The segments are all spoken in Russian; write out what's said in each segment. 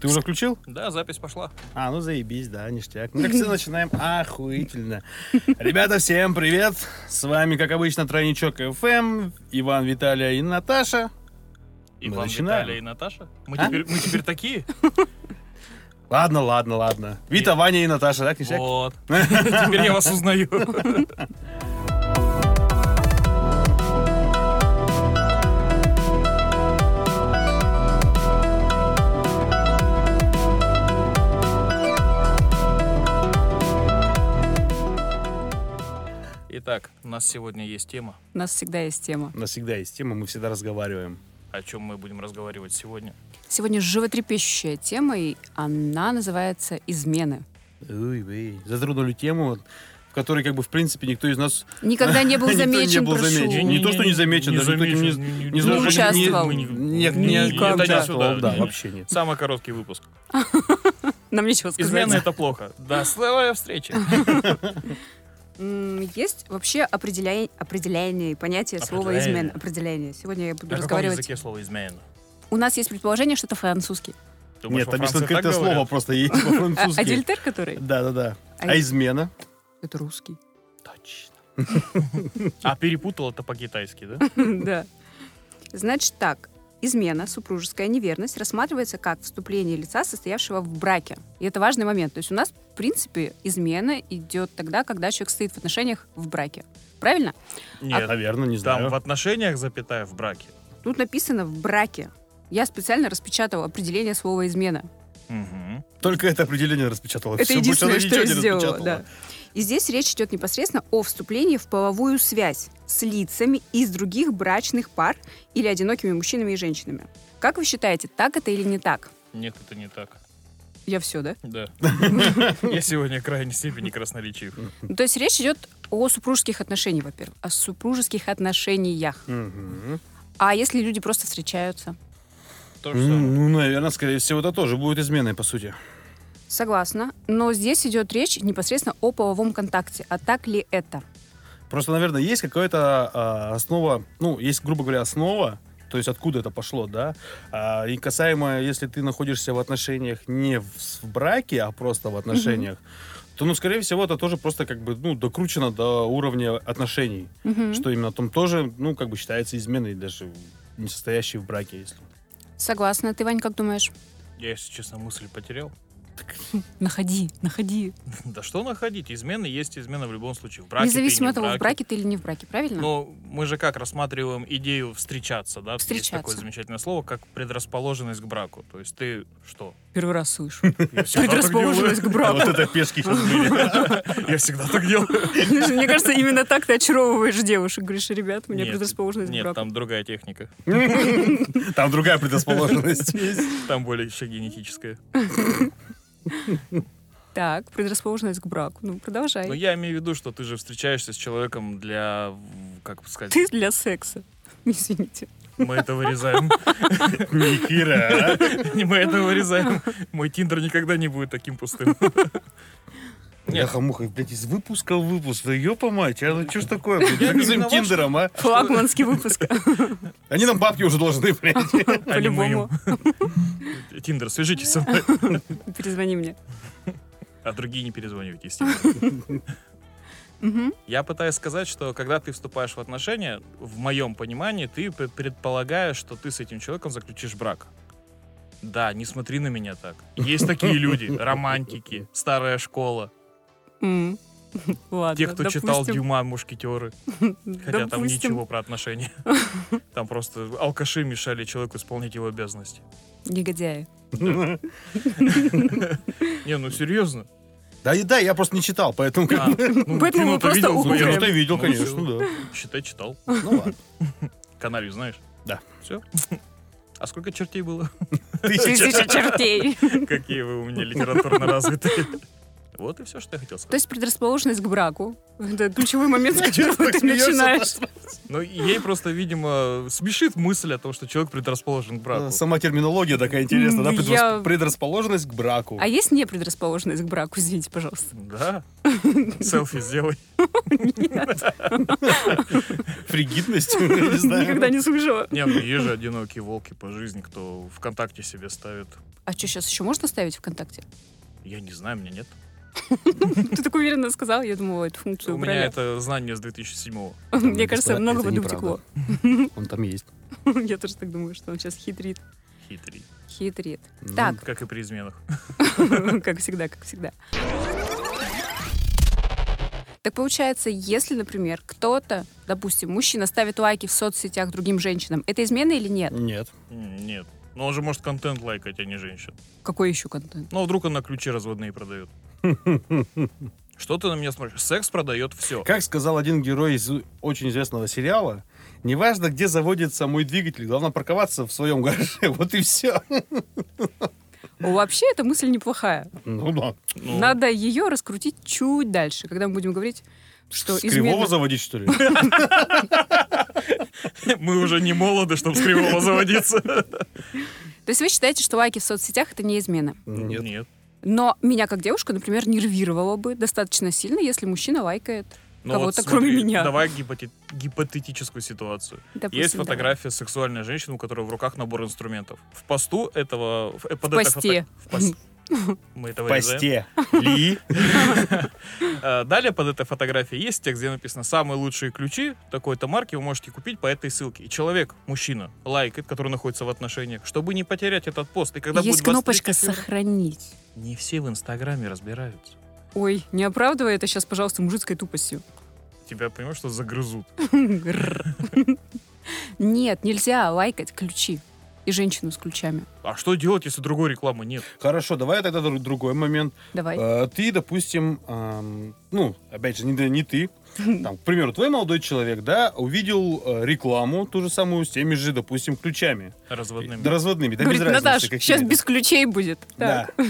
Ты уже включил? Да, запись пошла. А, ну заебись, да, ништяк. Ну, как все, начинаем охуительно. Ребята, всем привет! С вами, как обычно, Тройничок ФМ, Иван, Виталия и Наташа. Мы Иван, начинаем. Виталий и Наташа. Мы, А? теперь, мы теперь такие? Ладно, ладно, ладно. Вита, Нет. Ваня и Наташа, да, ништяк? Вот. Теперь я вас узнаю. Итак, у нас сегодня есть тема. У нас всегда есть тема. У нас всегда есть тема, мы всегда разговариваем. О чем мы будем разговаривать сегодня? Сегодня животрепещущая тема, и она называется «Измены». Уй, вы, затронули тему, вот, в которой, как бы, в принципе, никто из нас Никогда не был Никто не замечен, был прошу. замечен. Э, Не то, что не замечен, даже никто не- не участвовал. мы не, не- Никогда. это не участвовал, сюда. да, вообще нет. Самый короткий выпуск. Нам нечего сказать. Измена это плохо. До слова встречи. М, Есть вообще определя- определение и понятие слова Определение. «измен». Определение. Сегодня я буду На каком разговаривать... языке слово измена? У нас есть предположение, что это французский. Нет, Думаешь, во там есть Франции так открытое слово говорят? просто есть А, а по-французски. дельтер который? Да-да-да. А- А измена? Это русский. Точно. А перепутал это по-китайски, да? Да. Значит так, измена, супружеская неверность рассматривается как вступление лица, состоявшего в браке. И это важный момент. То есть у нас, в принципе, измена идет тогда, когда человек стоит в отношениях в браке. Правильно? Нет, Наверное, А не А- там в знаю. отношениях запятая в браке. Тут написано в браке. Я специально распечатала определение слова измена. Мгм. Только это определение распечатало. Это Всё, больше она единственное, что я ничего не сделала. распечатала. Да. И здесь речь идет непосредственно о вступлении в половую связь с лицами из других брачных пар или одинокими мужчинами и женщинами. Как вы считаете, так это или не так? Нет, это не так. Я все, да? Да. Я сегодня крайней степени красноречив. Ну, то есть речь идет о супружеских отношениях, во-первых, о супружеских отношениях. Хм. Мгм. Ну, А если люди просто встречаются? То же самое. Ну, наверное, скорее всего, это тоже будет изменой, по сути. Согласна. Но здесь идет речь непосредственно о половом контакте. А так ли это? Просто, наверное, есть какая-то а, основа, ну, есть, грубо говоря, основа, то есть откуда это пошло, да? А, и касаемо, если ты находишься в отношениях не в, с- в браке, а просто в отношениях, то, ну, скорее всего, это тоже просто как бы, ну, докручено до уровня отношений, Мгм. что именно там тоже, ну, как бы считается изменой, даже не состоящей в браке, если. Согласна. Ты, Вань, как думаешь? Я, если честно, мысль потерял. Находи, находи. Да что находить? Измены есть измена в любом случае. В браке ты, Независимо не Ну, от того, в браке ты или не в браке, правильно? Но мы же как рассматриваем идею встречаться, да? Есть Встречаться. такое замечательное слово, как предрасположенность к браку. То есть ты что? Первый раз слышу. Я всегда так Предрасположенность к браку. Вот это пешки сейчас были. делаю. Я всегда так делаю. Мне кажется, именно так ты очаровываешь девушек. Говоришь, ребят, у меня Нет, предрасположенность к Нет, браку. там другая техника. Там другая предрасположенность. Там более еще генетическая. Так, предрасположенность к браку. Ну, Но продолжай. я имею в виду, что ты же встречаешься с человеком для, м, как бы сказать, Ты для секса. Извините. мы это вырезаем. Никира, а? Не мы это вырезаем. Мой тиндер никогда не будет таким пустым. Нет. Бляха-муха, блядь, из выпуска в выпуск. Да ёпа мать, а ну чё ж такое, блядь? Я Как не с этим виноват, Тиндером, а? Флагманский выпуск. Они нам бабки уже должны, блядь. а не мы им. По-любому. Тиндер, свяжитесь со мной. Перезвони мне. А другие не перезванивайте, естественно. Мгм. Я пытаюсь сказать, что когда ты вступаешь в отношения, в моем понимании, ты пр- предполагаешь, что ты с этим человеком заключишь брак. Да, не смотри на меня так. Есть такие люди, романтики, старая школа, М. Ладно. те, кто читал А, допустим. Дюма, мушкетеры, хотя там Допустим. ничего про отношения. Там просто алкаши мешали человеку исполнять его обязанности. Негодяи. Не, ну серьезно. Да, и да, я просто не читал, поэтому... как А, бы- ну, Поэтому мы кино-то просто видел, Ну, охуели. хуя. кино-то видел, Ну, конечно, да. Считай, читал. Ну ладно. Каналью знаешь? Да. Все? А сколько чертей было? Тысяча. Тысяча чертей. Какие вы у меня литературно развитые. Вот и все, что я хотел То сказать. есть предрасположенность к браку. Это ключевой момент, с Чё ж которого так ты смеёшься, начинаешь. Но ей просто, видимо, смешит мысль о том, что человек предрасположен к браку. Сама терминология такая интересная, да? Ну, Я- предрас- Предрасположенность к браку. А есть не предрасположенность к браку, извините, пожалуйста. Да. Селфи сделай. Фригидность, я не знаю. Никогда не слышала. Не, ну есть же одинокие волки по жизни, кто ВКонтакте себе ставит. А что, сейчас еще можно ставить ВКонтакте? Я не знаю, меня нет. Ты так уверенно сказал, я думала, эту функцию У меня убрали. это знание с 2007-го. Мне кажется, Это много воды неправда. утекло. Он там есть. Я тоже так думаю, что он сейчас хитрит. Хитрый. Хитрит. Ну, Так, Как и при изменах. как всегда, как всегда. Так получается, если, например, кто-то, допустим, мужчина ставит лайки в соцсетях другим женщинам, это измена или нет? Нет. М, Нет. Но он же может контент лайкать, а не женщин. Какой еще контент? Но вдруг она ключи разводные продает. Что ты на меня смотришь? Секс продает все. Как сказал один герой из очень известного сериала, неважно, где заводится мой двигатель, главное парковаться в своем гараже, вот и все. О, Ну, Вообще, эта мысль неплохая. Ну да. Надо ее раскрутить чуть дальше, когда мы будем говорить, что С кривого измена... заводить, что ли? Мы уже не молоды, чтобы с кривого заводиться. То есть вы считаете, что лайки в соцсетях это не измена? Нет. Нет. Но меня как девушку, например, нервировало бы достаточно сильно, если мужчина лайкает. Ну Кого-то, вот кроме меня. Давай гипоте- гипотетическую ситуацию. допустим, Есть да. фотография сексуальной женщины, у которой в руках набор инструментов. В посту этого... В, э, под В этой посте. фото- в пос- Мы это вырезаем. Посте. Ли. Э, Далее под этой фотографией есть текст, где написано «Самые лучшие ключи такой-то марки вы можете купить по этой ссылке». И человек, мужчина, лайкает, который находится в отношениях, чтобы не потерять этот пост. И когда Есть будет 23 кнопочка февраля- «Сохранить». Не все в Инстаграме разбираются. Ой, не оправдывай это сейчас, пожалуйста, мужицкой тупостью. Тебя, понимаешь, что загрызут. Гррр. Нет, нельзя лайкать ключи. И женщину с ключами. А что делать, если другой рекламы нет? Хорошо, давай тогда друг- другой момент. Давай. Э, Ты, допустим, эм, ну, опять же, не, не ты, там, к примеру, твой молодой человек, да, увидел э, рекламу, ту же самую, с теми же, допустим, ключами. Разводными. Да, разводными, да, Говорит, без разницы. Наташ, какими, сейчас да. без ключей будет. Да. Так.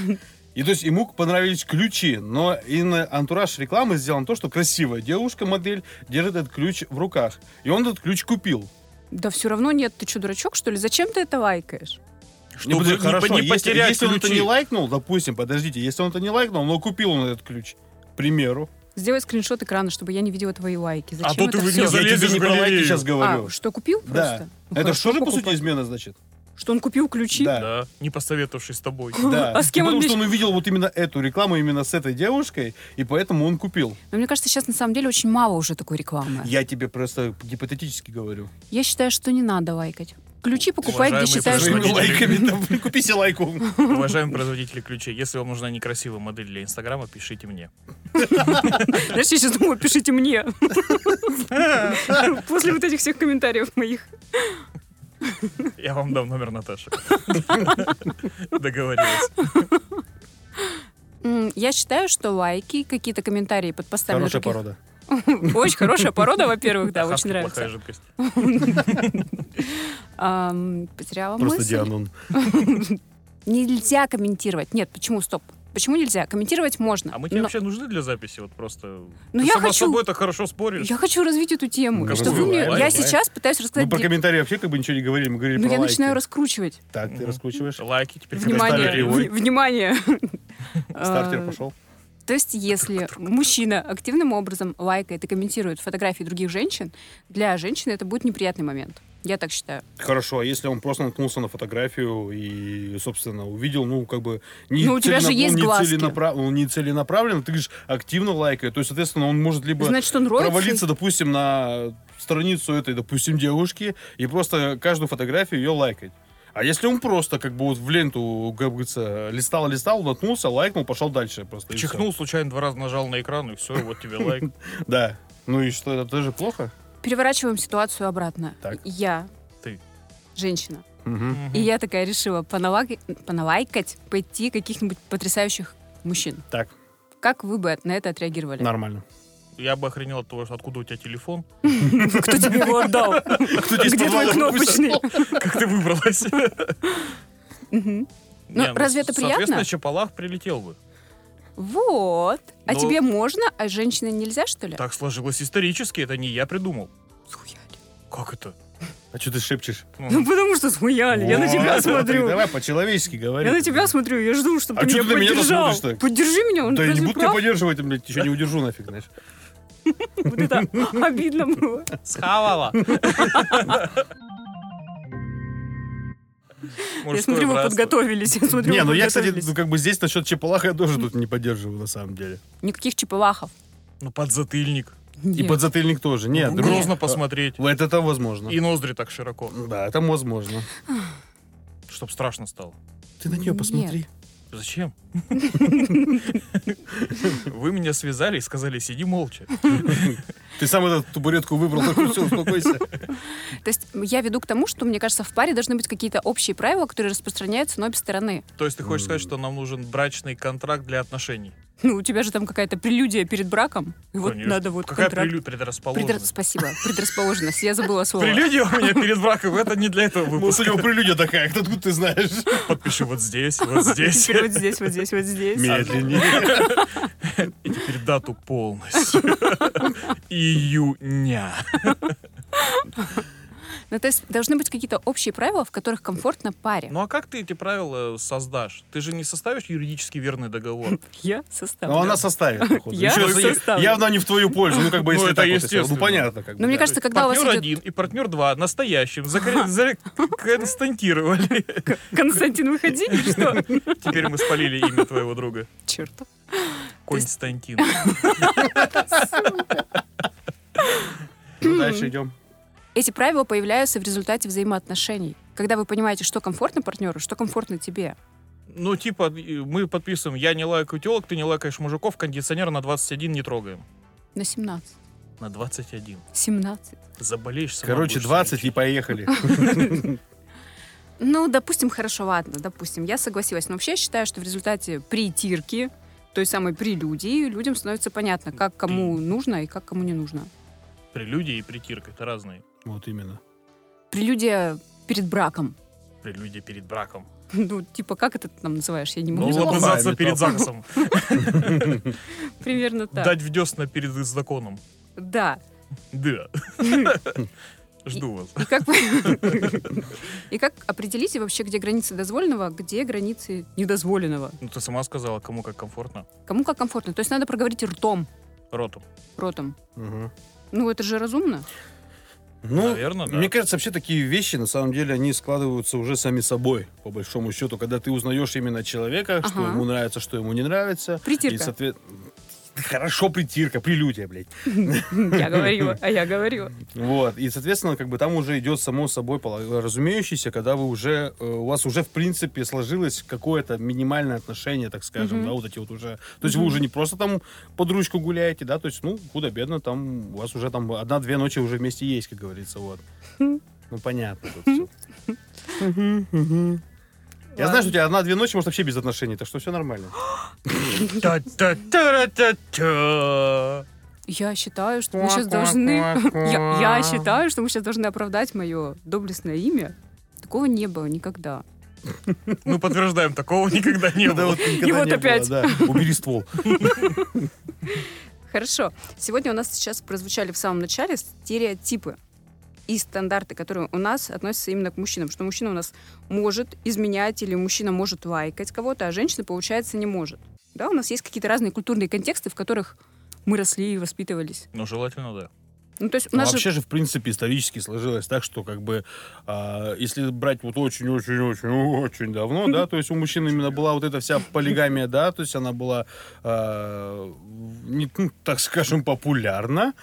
И то есть ему понравились ключи, но и на антураж рекламы сделан то, что красивая девушка-модель держит этот ключ в руках. И он этот ключ купил. Да все равно нет, ты что, дурачок, что ли? Зачем ты это лайкаешь? Ну, Чтобы подожди, не, по- не если- потерять если, он это ключи. не лайкнул, допустим, подождите, если он это не лайкнул, но купил он этот ключ, к примеру. Сделай скриншот экрана, чтобы я не видела твои лайки. Зачем А то ты это вы все? не я залезешь тебе не в про лайки галерею. сейчас говорю. А, что купил да. просто? Ну, это хорошо, что же, по покупай. сути, измена, значит? Что он купил ключи? Да. Да, не посоветовавшись с тобой. Да. А с кем Ну, он Потому что бежит? он увидел вот именно эту рекламу именно с этой девушкой, и поэтому он купил. Но мне кажется, сейчас на самом деле очень мало уже такой рекламы. Я тебе просто гипотетически говорю. Я считаю, что не надо лайкать. Ключи покупай, где Уважаемые считаешь... Своими Своими производители. лайками, там, купи себе лайку. Уважаемые производители ключей, если вам нужна некрасивая модель для Инстаграма, пишите мне. Знаешь, я сейчас думаю, пишите мне. После вот этих всех комментариев моих. Я вам дам номер Наташи. Договорились. М, Я считаю, что лайки, какие-то комментарии под постами... Хорошая других- порода. Очень хорошая порода, во-первых, да, Хаски очень плохая нравится. жидкость. Ам, Потеряла Просто мысль. Дианон. Нельзя комментировать. Нет, почему? Стоп. Почему нельзя? Комментировать можно. А мы тебе но- вообще нужны для записи? Вот просто... Ну, Ты я сама с хочу- собой так хорошо споришь. Я хочу развить эту тему. Ну, что вы мне- развивай, Я развивай. сейчас пытаюсь рассказать... Мы про где- комментарии вообще как бы ничего не говорили, мы говорили Ну, про я лайки. начинаю раскручивать. Так, ты Мгм. раскручиваешь. Лайки теперь Внимание, комментарии. Ой. Внимание, в- внимание. Стартер А, пошел. То есть, если мужчина активным образом лайкает и комментирует фотографии других женщин, для женщины это будет неприятный момент. Я так считаю. Хорошо, а если он просто наткнулся на фотографию и, собственно, увидел, ну, как бы... Не Ну, у тебя же целенап- есть он не глазки. целенапра- Он не целенаправленно, ты говоришь, активно лайкает. То есть, соответственно, он может либо Значит, он роется. провалиться, допустим, на страницу этой, допустим, девушки и просто каждую фотографию ее лайкать. А если он просто как бы вот в ленту, как говорится, листал-листал, наткнулся, лайкнул, пошел дальше просто. и всё. Чихнул случайно два раза, нажал на экран, и все, вот тебе лайк. Да. Ну и что, это тоже плохо? Переворачиваем ситуацию обратно. Так. Я. Ты. Женщина. Мгм. И я такая решила поналаг- поналайкать, пойти каких-нибудь потрясающих мужчин. Так, Как вы бы на это отреагировали? нормально. Я бы охренел от того, что откуда у тебя телефон. Кто тебе его отдал? А Где твой кнопочный? Как ты выбралась? Мгм. Ну, Не, ну, разве это приятно? Соответственно, Чапалах прилетел бы. Вот. А Ну- тебе можно, а женщине нельзя, что ли? Так сложилось исторически, это не я придумал. Схуяли. Как это? А что ты шепчешь? Ну, потому что смеяли, я на тебя Вот, смотрю. Давай по-человечески говори. Я на тебя смотрю, я жду, чтобы А ты чё меня ты на меня-то поддержал. смотришь так? Поддержи меня, он Да я не разве буду тебя прав? поддерживать, блядь, еще не удержу нафиг, знаешь. Вот это обидно было. Схавала. Я смотрю, вы подготовились. Я смотрю, Не, вы ну я, кстати, подготовились. ну, как бы здесь насчет Чепалаха я тоже тут не поддерживаю, на самом деле. Никаких чепелахов. Ну, подзатыльник. Ну, И Нет. подзатыльник тоже. Нет, Э, Грозно посмотреть. Вот это возможно. И ноздри так широко, Да, это возможно. чтоб страшно стало. Ты на нее Нет. посмотри. Зачем? Вы меня связали и сказали, сиди молча. Ты сам эту табуретку выбрал, так все, успокойся. То есть я веду к тому, что, мне кажется, в паре должны быть какие-то общие правила, которые распространяются на обе стороны. То есть ты хочешь сказать, М. что нам нужен брачный контракт для отношений? Ну, у тебя же там какая-то прелюдия перед браком. И вот Конечно. надо вот Какая контракт. прелю- Предра- предрасположенность? Спасибо. Предрасположенность. Я забыла слово. Прелюдия у меня перед браком, это не для этого Ну, у выпуска. него прелюдия такая, кто откуда ты знаешь? Подпиши вот здесь, вот здесь. Теперь вот здесь, вот здесь, вот здесь. Медленнее. И теперь дату полностью. Июня. Ну, то есть должны быть какие-то общие правила, в которых комфортно паре. Ну а как ты эти правила создашь? Ты же не составишь юридически верный договор. Я Но составлю. Ну, она составит, походу. Я Ещё если- составлю. Явно не в твою пользу, ну как бы Ну, если это так вот, если- Ну естественно. понятно, как бы. Но мне да. кажется, когда у вас партнер один идет... и партнер два настоящим закон- за- константировали. Константин, выходи, или что? Теперь мы спалили имя твоего друга. Черт. Константин. Ну, хм. Дальше идем. Эти правила появляются в результате взаимоотношений. Когда вы понимаете, что комфортно партнеру, что комфортно тебе. Ну, типа, и мы подписываем, я не лайкаю телок, ты не лайкаешь мужиков, кондиционер на 21 не трогаем. На 17. На 21. 17. Заболеешь сама Короче, будешь 20 сидеть. и поехали. Ну, допустим, хорошо, ладно, допустим, я согласилась. Но вообще я считаю, что в результате притирки, той самой прелюдии, людям становится понятно, как кому нужно и как кому не нужно. Прелюдия и притирка, это разные. Вот именно. Прелюдия перед браком. Прелюдия перед браком. Ну, типа, как это ты там называешь? Я не Ну, могу. плохая лапы- лобызаться метафора. перед ЗАГСом. Примерно так. Дать в десна перед законом. да. Да. Жду вас. И как, вы- и как определите вообще, где границы дозволенного, где границы недозволенного? Ну, ты сама сказала, кому как комфортно. Кому как комфортно. То есть надо проговорить ртом, Роту. ротом. Мгм. Ну, это же разумно. Ну, Наверно, да. мне кажется, вообще такие вещи, на самом деле, они складываются уже сами собой, по большому счету, когда ты узнаешь именно человека, что Ага. ему нравится, что ему не нравится. И, Притирка. соответ- Хорошо, притирка, прелюдия, блядь. Я говорила, а я говорила. Вот. И, соответственно, как бы там уже идет само собой поло- разумеющееся, когда вы уже, э, у вас уже, в принципе, сложилось какое-то минимальное отношение, так скажем, Мгм. да, вот эти вот уже. То есть вы Мгм. уже не просто там под ручку гуляете, да, то есть, ну, худо-бедно, там у вас уже там одна-две ночи уже вместе есть, как говорится, вот. Ну, понятно тут всё. Я знаю, что у тебя одна-две ночи, может, вообще без отношений, так что все нормально. Та-та-та-ра-та-та. Я считаю, что мы сейчас должны... Я, я считаю, что мы сейчас должны оправдать мое доблестное имя. Такого не было никогда. Мы подтверждаем, такого никогда не Да, было. вот никогда вот не было, опять. да. Убери ствол. Хорошо. Сегодня у нас сейчас прозвучали в самом начале стереотипы и стандарты, которые у нас относятся именно к мужчинам. Что мужчина у нас может изменять или мужчина может лайкать кого-то, а женщина, получается, не может. Да, у нас есть какие-то разные культурные контексты, в которых мы росли и воспитывались. Ну, желательно, да. Ну, то есть у Ну, нас же... вообще же, в принципе, исторически сложилось так, что как бы, а, если брать вот очень-очень-очень-очень давно, да, то есть у мужчин именно была вот эта вся полигамия, да, то есть она была, а, не- ну, так скажем, популярна.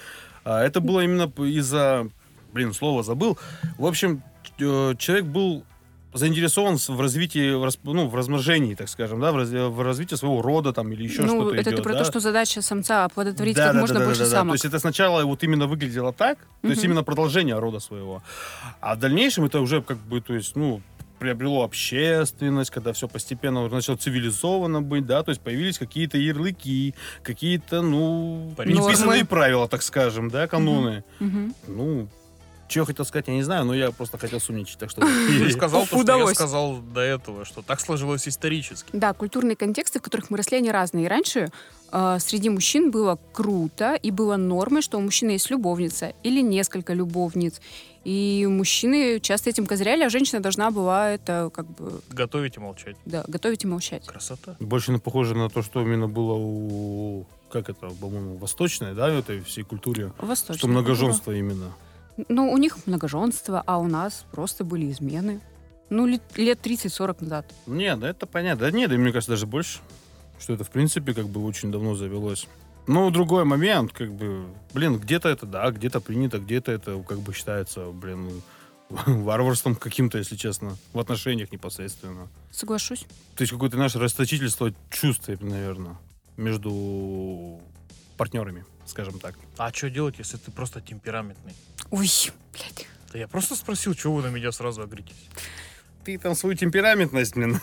А это было именно п- из-за, блин, слово забыл. В общем, э, человек был заинтересован с- в развитии, в расп- ну, в размножении, так скажем, да, в, раз- в развитии своего рода там или еще ну, что-то это идет, ты про да. то, что задача самца оплодотворить Да, как да, можно да, да, больше да, да. самок. То есть это сначала вот именно выглядело так, то есть Мгм. именно продолжение рода своего. А в дальнейшем это уже как бы, то есть, ну, приобрело общественность, когда все постепенно уже начало цивилизованно быть, да, то есть появились какие-то ярлыки, какие-то, ну, Порядки. неписанные Нормы. правила, так скажем, да, каноны. Мгм. Ну, чего я хотел сказать, я не знаю, но я просто хотел сумничать, так что... Ты сказал то, что я Удалось. сказал до этого, что так сложилось исторически. Да, культурные контексты, в которых мы росли, они разные. И раньше э, среди мужчин было круто и было нормой, что у мужчины есть любовница или несколько любовниц, И мужчины часто этим козыряли, а женщина должна была это как бы Готовить и молчать. да, готовить и молчать. Красота. Больше ну, похоже на то, что именно было у как это, по-моему, восточной, да, в этой всей культуре. Восточная Что культура. многоженство именно. Ну, у них многоженство, а у нас просто были измены. Ну, лет, лет 30-40 назад. Не, да это понятно. Да нет, да мне кажется, даже больше. Что это, в принципе, как бы очень давно завелось. Ну, другой момент, как бы, блин, где-то это да, где-то принято, где-то это как бы считается, блин, варварством каким-то, если честно, в отношениях непосредственно. Соглашусь. То есть какое-то наше расточительство чувств, наверное, между партнерами, скажем так. А что делать, если ты просто темпераментный? Ой, блядь. Да я просто спросил, чего вы на меня сразу агритесь. Ты там свою темпераментность, блин.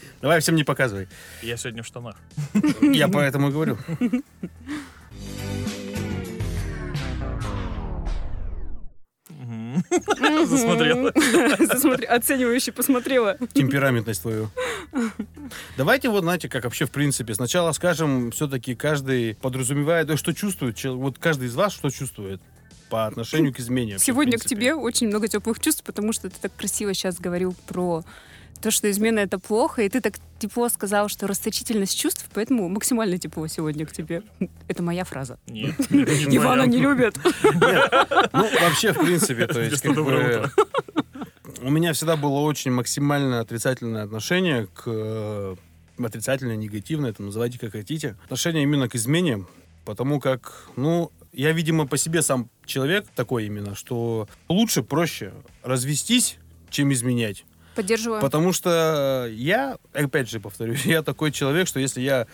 Давай всем не показывай. Я сегодня в штанах. Я поэтому и говорю. Мгм. Засмотрела. Засмотрела. Оценивающе посмотрела. темпераментность твою. Давайте вот, знаете, как вообще в принципе. Сначала скажем, все-таки каждый подразумевает, э, что чувствует. чел- Вот каждый из вас что чувствует по отношению к измене. вообще, в Сегодня к принципе. тебе очень много теплых чувств, потому что ты так красиво сейчас говорил про то, что измена это плохо, и ты так тепло сказал, что расточительность чувств, поэтому максимально тепло сегодня к тебе. Это моя фраза. Нет. Ивана не любят. Ну, вообще, в принципе, то есть, Вместо как «доброе бы, у меня всегда было очень максимально отрицательное отношение к э, отрицательное, негативное, это называйте как хотите. Отношение именно к измене, потому как, ну, я, видимо, по себе сам человек такой именно, что лучше, проще развестись, чем изменять. Поддерживаю. Потому что я, опять же повторюсь, я такой человек, что если я,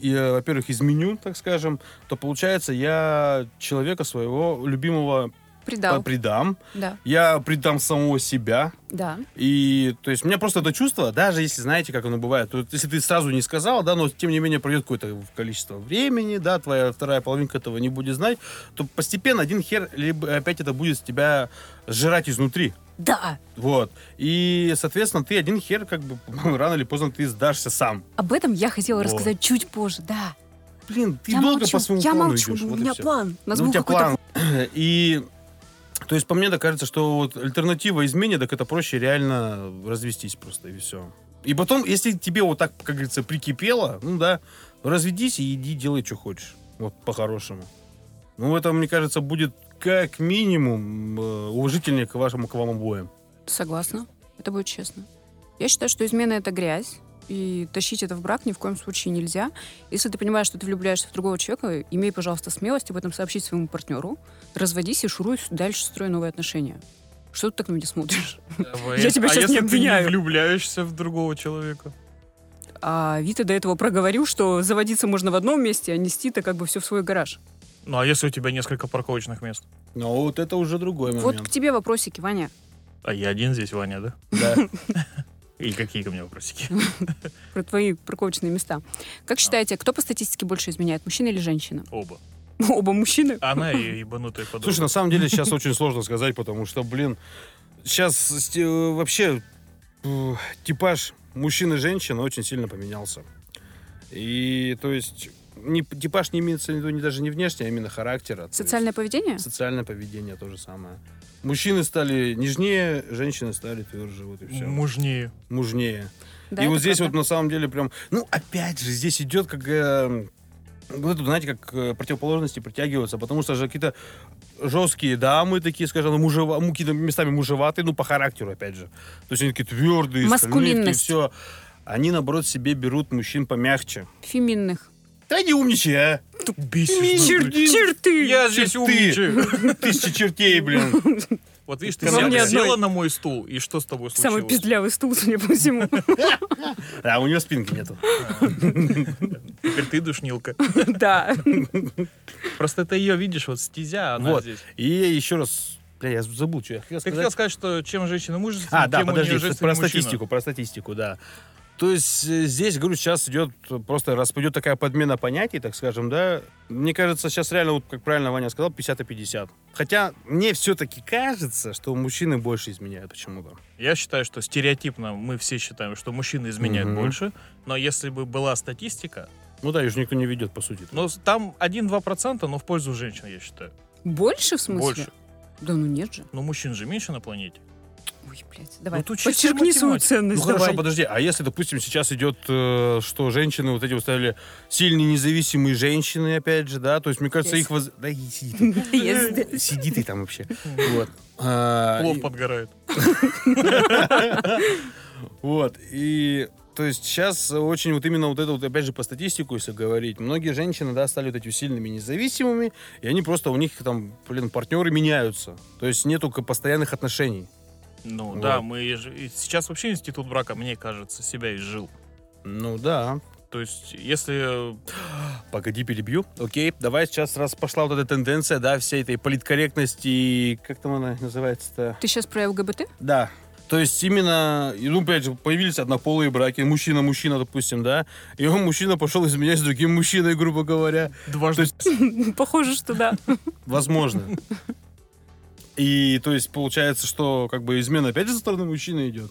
я, во-первых, изменю, так скажем, то получается я человека своего любимого Предал. придам. Да. Я придам самого себя. Да. И, то есть, у меня просто это чувство, даже если знаете, как оно бывает, то, есть, если ты сразу не сказал, да, но тем не менее пройдет какое-то количество времени, да, твоя вторая половинка этого не будет знать, то постепенно один хер либо опять это будет с тебя сжирать изнутри. Да. Вот. И, соответственно, ты один хер, как бы, рано или поздно ты сдашься сам. Об этом я хотела Вот. рассказать чуть позже, да. Блин, ты я долго молчу, по своему я плану молчу, идешь. у вот и меня всё. план. У нас Ну, у был тебя какой-то план. И то есть, по мне, так кажется, что вот альтернатива измене, так это проще реально развестись просто, и все. И потом, если тебе вот так, как говорится, прикипело, ну да, разведись и иди делай, что хочешь. Вот, по-хорошему. Ну, это, мне кажется, будет как минимум э, уважительнее к вашему, к вам обоим. Согласна. Это будет честно. Я считаю, что измена — это грязь. И тащить это в брак ни в коем случае нельзя. Если ты понимаешь, что ты влюбляешься в другого человека, имей, пожалуйста, смелость об этом сообщить своему партнеру. Разводись и шуруй дальше, строй новые отношения. Что ты так на меня смотришь? Я тебя а щас не если ты не обвиняю. влюбляешься в другого человека? А Вита до этого проговорил, что заводиться можно в одном месте, а нести-то как бы все в свой гараж. Ну а если у тебя несколько парковочных мест? Но вот это уже другой Вот к момент. тебе вопросики, Ваня. А я один здесь, Ваня, да? Да. Или какие ко мне вопросики? Про твои парковочные места. Как считаете, кто по статистике больше изменяет, мужчина или женщина? Оба. Оба мужчины. Она и ебанутая подруга. Слушай, на самом деле сейчас очень сложно сказать, потому что, блин, сейчас вообще э, типаж мужчин и женщин очень сильно поменялся. И то есть не, типаж не имеется в виду не даже не внешне, а именно характера. то Социальное поведение? есть социальное поведение то же самое. Мужчины стали нежнее, женщины стали тверже, вот и все. Мужнее. Мужнее Да, и это вот здесь правда. вот на самом деле прям, ну опять же, здесь идет как, э, вот это, знаете, как э, противоположности притягиваются, потому что же какие-то жесткие дамы такие, скажем, мужева, ну, какие-то местами мужеватые, ну по характеру опять же. То есть они такие твердые, Маскулинность. все. Они, наоборот, себе берут мужчин помягче. Феминных. Да не умничай, а! Бесишь. Чер- ну, блин. черты! Я здесь Черты. умничаю. Тысяча чертей, блин. Вот видишь, ты Ко мне села- одной. села на мой стул, и что с тобой Самый случилось? пиздлявый стул, судя по всему. А у нее спинки нету. Теперь ты душнилка. Да. Просто это ее, видишь, вот стезя, она Вот. здесь. И еще раз, бля, я забыл, что я хотел Ты сказать. хотел сказать, что чем женщина мужественнее, А, да, тем у неё подожди, женственнее про мужчина. статистику, про статистику, да. То есть э, здесь, говорю, сейчас идет э, просто, раз идет такая подмена понятий, так скажем, да, мне кажется, сейчас реально, вот как правильно Ваня сказал, 50 и 50. Хотя мне все-таки кажется, что мужчины больше изменяют почему-то. Я считаю, что стереотипно мы все считаем, что мужчины изменяют Мгм. больше, но если бы была статистика, Ну да, ее же никто не ведет, по сути. ну, с- там 1-2%, но в пользу женщин, я считаю. Больше, в смысле? Больше. Да ну нет же. Но мужчин же меньше на планете. Ой, блядь, давай, Вот учись подчеркни свою математике. Ну ценность, хорошо, давай. подожди, а если, допустим, сейчас идет, э, что женщины вот эти устали сильные независимые женщины, опять же, да, то есть, мне кажется, Есть. их воз... Да, и сиди Есть, да. ты. Сиди ты там вообще. Вот. А, Плов и- подгорает. Вот, и... То есть сейчас очень вот именно вот это вот, опять же, по статистику, если говорить, многие женщины, да, стали вот этими сильными независимыми, и они просто, у них там, блин, партнеры меняются. То есть нету к- постоянных отношений. Ну Вот. да, мы же- и сейчас вообще институт брака, мне кажется, себя изжил. Ну да. То есть, если... э, Погоди, перебью. Окей, давай сейчас, раз пошла вот эта тенденция, да, всей этой политкорректности, и как там она называется-то? Ты сейчас про ЛГБТ? Да. То есть именно, и, ну, опять же, появились однополые браки, мужчина-мужчина, допустим, да, и он, мужчина, пошел изменять с другим мужчиной, грубо говоря. Дважды... Похоже, что да. Возможно. И, то есть, получается, что, как бы, измена опять же со стороны мужчины идет.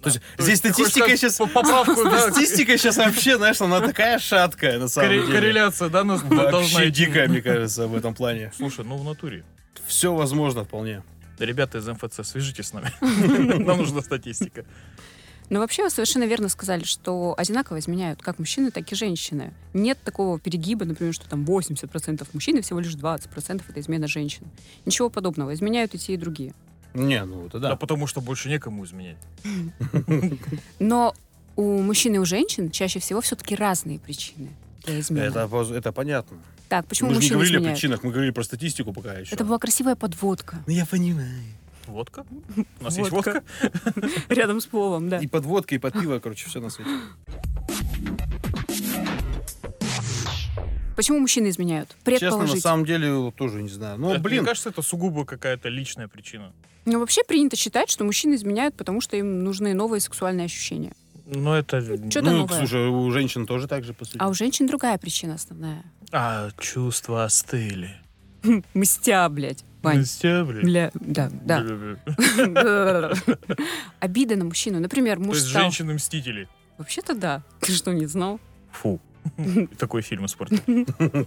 То есть, здесь статистика сейчас... Поправку, да, Статистика сейчас вообще, знаешь, она такая шаткая, на самом корре- деле. корреляция, да, нас должна Вообще идти. дикая, мне кажется, в этом плане. Слушай, ну в натуре. Все возможно вполне. Да, Ребята из МФЦ, свяжитесь с нами. Нам нужна статистика. Но Ну, вообще вы совершенно верно сказали, что одинаково изменяют как мужчины, так и женщины. Нет такого перегиба, например, что там 80% мужчин и всего лишь 20% это измена женщин. Ничего подобного. Изменяют и те, и другие. Не, ну это Да, да. А потому что больше некому изменять. Но у мужчин и у женщин чаще всего все-таки разные причины для измены. Это, воз- это понятно. Так, почему мы же не мужчины говорили о изменяют? причинах, мы говорили про статистику пока еще. Это была красивая подводка. Ну я понимаю. Водка? У нас есть Водка. водка? Рядом с полом, да. И под водкой, и под пиво, короче, все на свете. Почему мужчины изменяют? Честно, на Предположить. самом деле, тоже не знаю. Ну, Это, блин, Э, Мне кажется, это сугубо какая-то личная причина. Ну, вообще принято считать, что мужчины изменяют, потому что им нужны новые сексуальные ощущения. Но это... чё- что-то ну, новое. слушай, у женщин тоже так же, по сути. А у женщин другая причина основная. А, чувства остыли. Мстя, блядь. Вань. Настя, блин. Бля, да, да. Бля-бля-бля. Обида на мужчину. Например, То муж есть стал... женщины-мстители. Вообще-то да. Ты что, не знал? Фу. Такой фильм испортил. Больше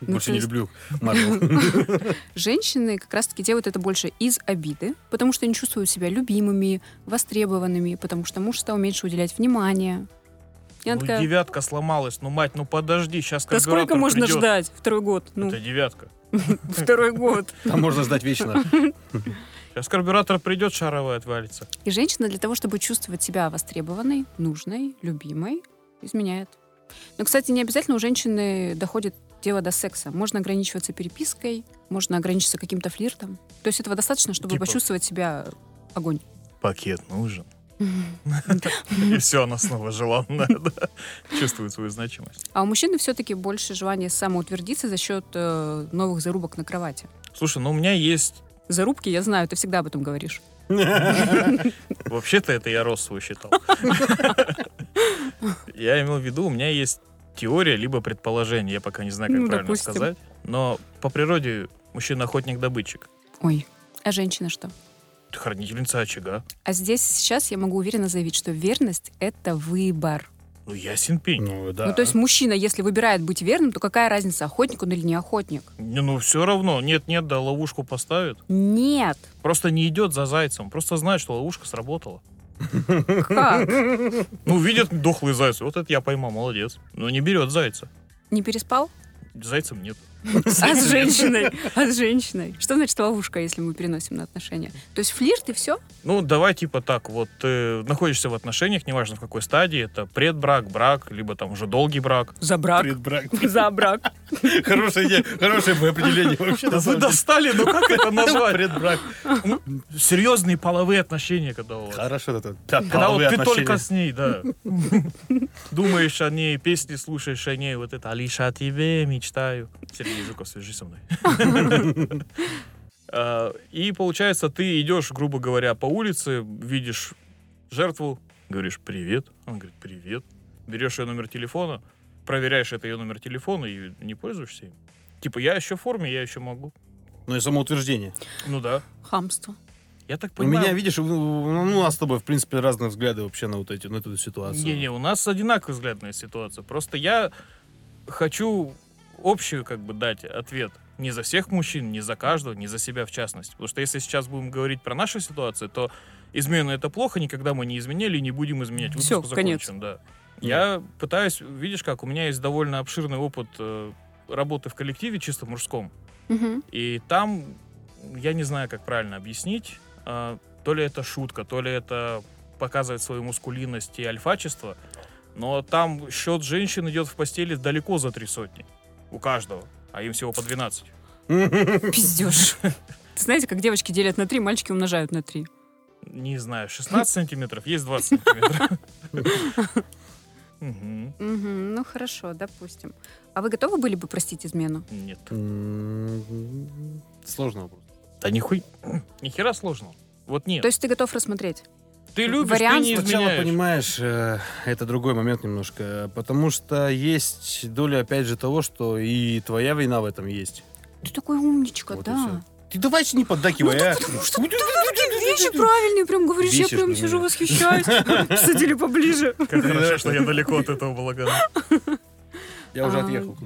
Ну, то не есть- люблю Марвел. Женщины как раз-таки делают это больше из обиды, потому что они чувствуют себя любимыми, востребованными, потому что муж стал меньше уделять внимания. Я Ну, такая, девятка сломалась. Ну, мать, ну подожди, сейчас да сколько можно ждать? Второй год. Ну, Это девятка. второй год. Там можно ждать вечно. Сейчас карбюратор придет, шаровая отвалится. И женщина для того, чтобы чувствовать себя востребованной, нужной, любимой, изменяет. Но, кстати, не обязательно у женщины доходит дело до секса. Можно ограничиваться перепиской, можно ограничиться каким-то флиртом. То есть этого достаточно, чтобы Типа? почувствовать себя огонь. Пакет нужен. И все, она снова желанная. да. Чувствует свою значимость. А у мужчины все-таки больше желание самоутвердиться за счет э, новых зарубок на кровати. Слушай, ну у меня есть... Зарубки, я знаю, ты всегда об этом говоришь. Вообще-то это я рост свой считал. Я имел в виду, у меня есть теория, либо предположение. Я пока не знаю, как Ну, правильно допустим. сказать. Но по природе мужчина-охотник-добытчик. Ой, а женщина что? Ты Хранительница очага. А здесь сейчас я могу уверенно заявить, что верность — это выбор. Ну, ясен пень. Ну, да. Ну, то есть мужчина, если выбирает быть верным, то какая разница, охотник он или не охотник? Не, ну, все равно. Нет-нет, да, ловушку поставит. Нет. Просто не идет за зайцем. Просто знает, что ловушка сработала. Как? Ну, видит дохлый заяц. Вот это я поймал, молодец. Но не берет зайца. Не переспал? Зайцем нет. А с женщиной? А с женщиной? Что значит ловушка, если мы переносим на отношения? То есть флирт и все? Ну, давай типа так, вот ты находишься в отношениях, неважно в какой стадии, это предбрак, брак, либо там уже долгий брак. За брак. Предбрак. За брак. Хорошее идея, хорошее определение вообще. на Да вы самом деле. достали, ну как это назвать? Предбрак. Серьезные половые отношения, когда у вас. Хорошо, это да, Когда вот половые ты отношения. только с ней, да. Думаешь о ней, песни слушаешь о ней, вот это «Алиша, о тебе мечтаю». Сергей Жуков, свяжись со мной. А, И получается, ты идешь, грубо говоря, по улице, видишь жертву, говоришь «Привет». Он говорит «Привет». Берешь ее номер телефона, проверяешь это ее номер телефона и не пользуешься им. Типа, я еще в форме, я еще могу. Ну и самоутверждение. Ну да. Хамство. Я так У понимаю. меня, видишь, у- у у нас с тобой, в принципе, разные взгляды вообще на вот эти, на эту ситуацию. Не-не, у нас одинаковая взглядная ситуация. Просто я хочу общую, как бы, дать ответ. Не за всех мужчин, не за каждого, не за себя в частности. Потому что если сейчас будем говорить про нашу ситуацию, то измена это плохо, никогда мы не изменили и не будем изменять. Выпуск Всё, конец. закончен, да. Я пытаюсь, видишь как, у меня есть довольно обширный опыт э, работы в коллективе чисто мужском. Мгм. И там, я не знаю, как правильно объяснить, а, то ли это шутка, то ли это показывает свою мускулинность и альфачество, но там счет женщин идет в постели далеко за три сотни. У каждого. А им всего по 12. Пиздешь. Ты знаете, как девочки делят на три, мальчики умножают на три. Не знаю, 16 сантиметров, есть 20 сантиметров. Мгм. Мгм, ну хорошо, допустим. А вы готовы были бы простить измену? Нет. М, М-м-м, Сложный вопрос. Да нихуй. Нихера сложного. Вот нет. То есть ты готов рассмотреть? Ты любишь, ты вариант не Сначала, изменяешь. понимаешь, э, это другой момент немножко, потому что есть доля, опять же, того, что и твоя вина в этом есть. Ты такой умничка, Вот и да. Ну, всё. Ты давай не поддакивай, а. Такие вещи правильные, прям говоришь, я Бесишь прям ты сижу меня. восхищаюсь. Посадили поближе. Как хорошо, что я далеко от этого балагана. Я уже А. отъехал.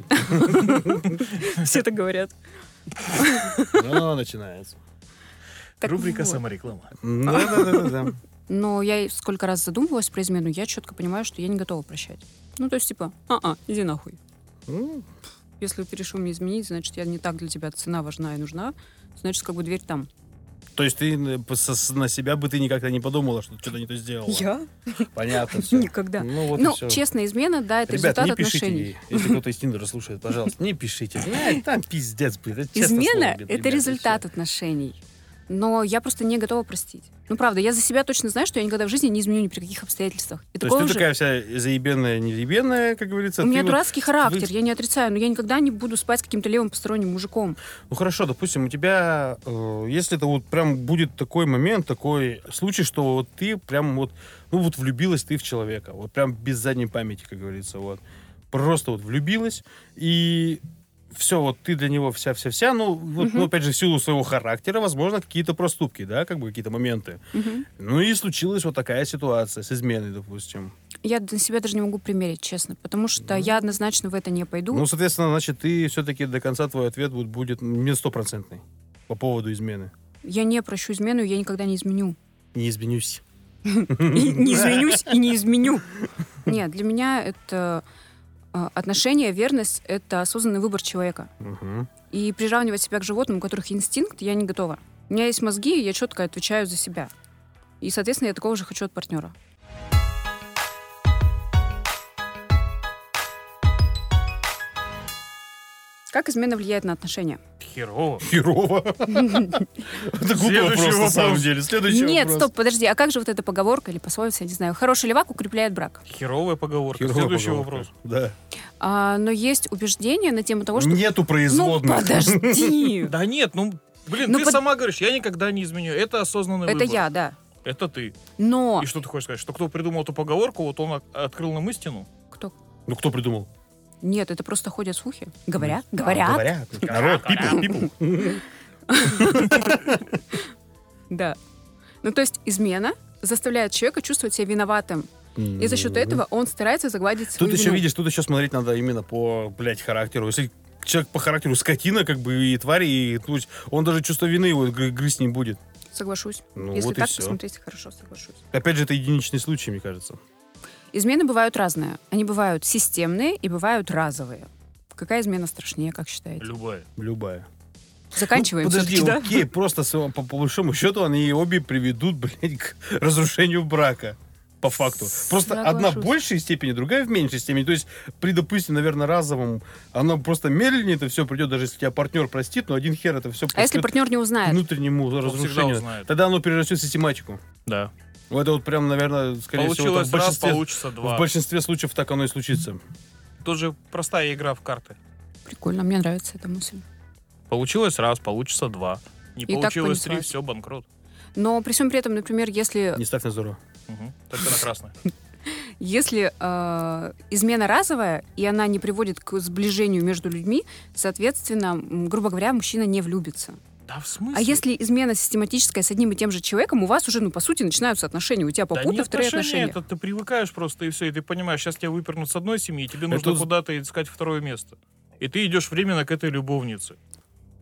Все так говорят. Ну, начинается. Так Рубрика вот. самореклама. Да-да-да-да. Но я и сколько раз задумывалась про измену, я четко понимаю, что я не готова прощать. Ну, то есть, типа, а-а, иди нахуй. М, Если ты решил меня изменить, значит, я не так для тебя цена важна и нужна. Значит, как бы дверь там. То есть ты э, по- со- с- на себя бы ты никогда не подумала, что что-то не то сделала? Я? Понятно все. Никогда. Ну, вот Ну, и все. честная измена, да, это Ребята, результат не пишите отношений. ей. Если кто-то из Тиндера слушает, пожалуйста, не пишите. Э, Там пиздец, блин. это честное слово, Измена — блин, это ребята, результат всё. отношений. Но я просто не готова простить. Ну, правда, я за себя точно знаю, что я никогда в жизни не изменю ни при каких обстоятельствах. И То такого есть ты же- такая вся заебенная, неебенная, как говорится. У меня ты вот- дурацкий характер, вы- я не отрицаю, но я никогда не буду спать с каким-то левым посторонним мужиком. Ну хорошо, допустим, у тебя, э, если это вот прям будет такой момент, такой случай, что вот ты прям вот, ну вот влюбилась ты в человека, вот прям без задней памяти, как говорится, вот. Просто вот влюбилась, и все, вот ты для него вся-вся-вся, ну, вот, ну, опять же, в силу своего характера, возможно, какие-то проступки, да, как бы какие-то моменты. Мгм. Ну и случилась вот такая ситуация с изменой, допустим. Я на себя даже не могу примерить, честно, потому что я однозначно в это не пойду. Ну, соответственно, значит, ты все-таки до конца твой ответ будет, будет ну, не стопроцентный по поводу измены. Я не прощу измену, я никогда не изменю. Не изменюсь. И не изменюсь и не изменю. Нет, для меня это э, отношения, верность — это осознанный выбор человека. Мгм. И приравнивать себя к животным, у которых инстинкт, я не готова. У меня есть мозги, и я четко отвечаю за себя. И, соответственно, я такого же хочу от партнера. Как измена влияет на отношения? Херово. Херово. Это глупый Следующий вопрос, на вопрос. самом деле. Следующий Нет, вопрос. стоп, подожди, а как же вот эта поговорка или пословица, я не знаю, хороший левак укрепляет брак? Херовая поговорка. Херово Следующий поговорка. вопрос. Да. А, но есть убеждение на тему того, что... Нету ну, производных. подожди! Да нет, ну, блин, Ну, ты под- сама говоришь, я никогда не изменю. Это осознанный Это выбор. я, да. Это ты. Но... И что ты хочешь сказать? Что кто придумал эту поговорку, вот он о- открыл нам истину? Кто? Ну, кто придумал? Нет, это просто ходят слухи. Говорят, А, говорят. Говорят. Народ, people, people. Да. Ну, то есть измена заставляет человека чувствовать себя виноватым. И за счет этого он старается загладить свою Ну. Тут еще, вину. видишь, тут еще смотреть надо именно по, блядь, характеру. Если человек по характеру скотина, как бы, и тварь, и то есть он даже чувство вины его гры- грызть не будет. Соглашусь. Ну, Если вот и так всё. посмотреть, хорошо, соглашусь. Опять же, это единичный случай, мне кажется. Измены бывают разные. Они бывают системные и бывают разовые. Какая измена страшнее, как считаете? Любая. Любая. Заканчиваем Ну, Подожди, всё-таки, да? окей, просто с- по по большому счету они обе приведут, блядь, к разрушению брака. По факту. Просто одна в Соглашусь. большей степени, другая в меньшей степени. То есть, при, допустим, наверное, разовом, она просто медленнее это все придет, даже если тебя партнер простит, но один хер это все А если партнер не узнает? внутреннему разрушению. узнает. Тогда оно перерастет в систематику. Да. Вот Это вот прям, наверное, скорее всего, это Получилось в раз, большинстве, получится два. в большинстве случаев так оно и случится. Тут же простая игра в карты. Прикольно, мне нравится эта мысль. Получилось раз, получится два. Не И так получилось три, понеслась. все, банкрот. Но при всем при этом, например, если, Не ставь на здорово. Мгм. Только на красное. если э, измена разовая, и она не приводит к сближению между людьми, соответственно, м, грубо говоря, мужчина не влюбится. Да в смысле? А если измена систематическая с одним и тем же человеком, у вас уже, ну, по сути, начинаются отношения. У тебя Да попутно не вторые отношения, отношения. это ты привыкаешь просто и все, и ты понимаешь, сейчас тебя выпернут с одной семьи, и тебе нужно тут- куда-то искать второе место. И ты идешь временно к этой любовнице.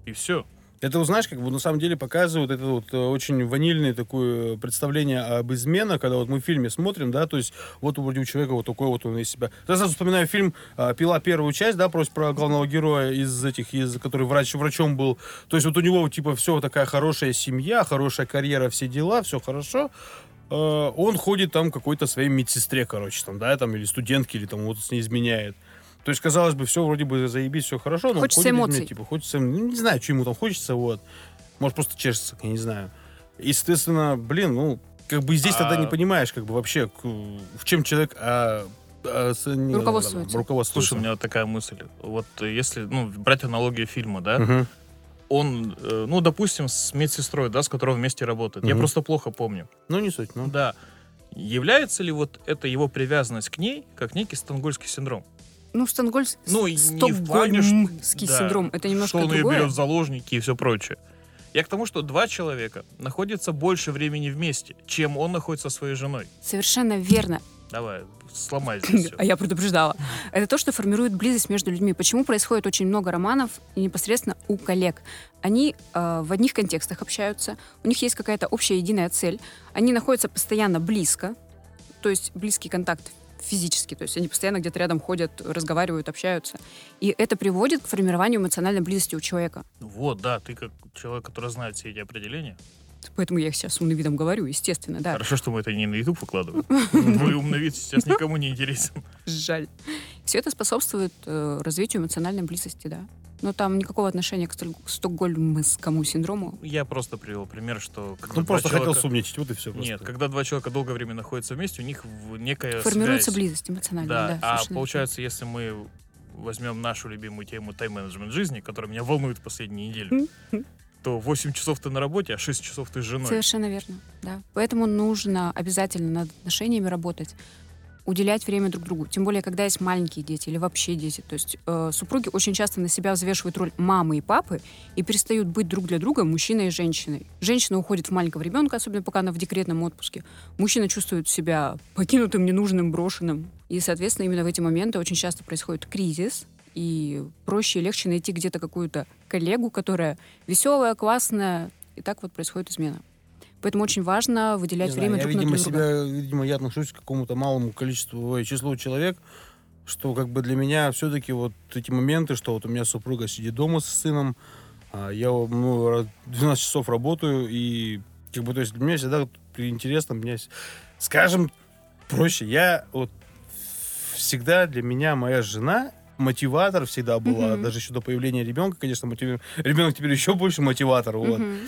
И все. Это, вот знаешь, как бы на самом деле показывают это вот э, очень ванильное такое представление об изменах, когда вот мы в фильме смотрим, да, то есть вот вроде у человека вот такой вот он из себя. Я сразу вспоминаю фильм э, «Пила» первую часть, да, просто про главного героя из этих, из который врач, врачом был. То есть вот у него типа все такая хорошая семья, хорошая карьера, все дела, все хорошо. Э, Он ходит там какой-то своей медсестре, короче, там, да, там, или студентке, или там вот с ней изменяет. То есть, казалось бы, все вроде бы заебись, все хорошо, но Хочется ходит изменять, эмоций. типа, хочется, ну, не знаю, что ему там хочется, вот. Может, просто чешется, я не знаю. И, соответственно, блин, ну, как бы здесь тогда А- не понимаешь, как бы вообще, к- в чем человек а, а, с- не- Руководствуется. руководствуется. Слушай, у меня вот такая мысль. Вот э, если, ну, брать аналогию фильма, да, Мгм. он, э, ну, допустим, с медсестрой, да, с которой он вместе работает. Я Мгм. просто плохо помню. Ну, не суть, ну. Да. Является ли вот эта его привязанность к ней как некий стангольский синдром? Ну, Стангольс... Ну, и не в плане, что- Стокгольмский да, синдром. Это что немножко он ее берет другое. в заложники и все прочее. Я к тому, что два человека находятся больше времени вместе, чем он находится со своей женой. Совершенно верно. Давай, сломай здесь все. А я предупреждала. Это то, что формирует близость между людьми. Почему происходит очень много романов и непосредственно у коллег? Они э, в одних контекстах общаются, у них есть какая-то общая единая цель, они находятся постоянно близко, то есть близкий контакт физически, то есть они постоянно где-то рядом ходят, разговаривают, общаются. И это приводит к формированию эмоциональной близости у человека. Вот, да, ты как человек, который знает все эти определения. Поэтому я их сейчас с умным видом говорю, естественно, да. Хорошо, что мы это не на YouTube выкладываем. Мой умный вид сейчас никому не интересен. Жаль. Все это способствует э, развитию эмоциональной близости, да. Но там никакого отношения к столь- к стокгольмскому синдрому. Я просто привел пример, что... когда Ну, два просто хотел человека- сумничать, вот и все. Нет, когда два человека долгое время находятся вместе, у них в- некая Формируется Э, связь. близость эмоциональная, да. Да, а совершенно получается, если мы возьмем нашу любимую тему тайм-менеджмент жизни, которая меня волнует в последние недели, то 8 часов ты на работе, а 6 часов ты с верно. женой. Совершенно верно, да. Поэтому нужно обязательно над отношениями работать, уделять время друг другу. Тем более, когда есть маленькие дети или вообще дети. То есть э, супруги очень часто на себя взвешивают роль мамы и папы и перестают быть друг для друга мужчиной и женщиной. Женщина уходит в маленького ребенка, особенно пока она в декретном отпуске. Мужчина чувствует себя покинутым, ненужным, брошенным. И, соответственно, именно в эти моменты очень часто происходит кризис, и проще и легче найти где-то какую-то коллегу, которая веселая, классная, и так вот происходит измена. Поэтому очень важно Не выделять знаю, время я, друг на видимо, друга. себя, видимо, я отношусь к какому-то малому количеству, ой, числу человек, что как бы для меня все-таки вот эти моменты, что вот у меня супруга сидит дома с сыном, а я ну, ра- 12 часов работаю, и как бы, то есть для меня всегда вот интересно, мне, с- скажем, проще, я вот всегда для меня моя жена мотиватор всегда была, Мгм. даже еще до появления ребенка, конечно, мотивир- ребенок теперь еще больше мотиватор, вот. Мгм.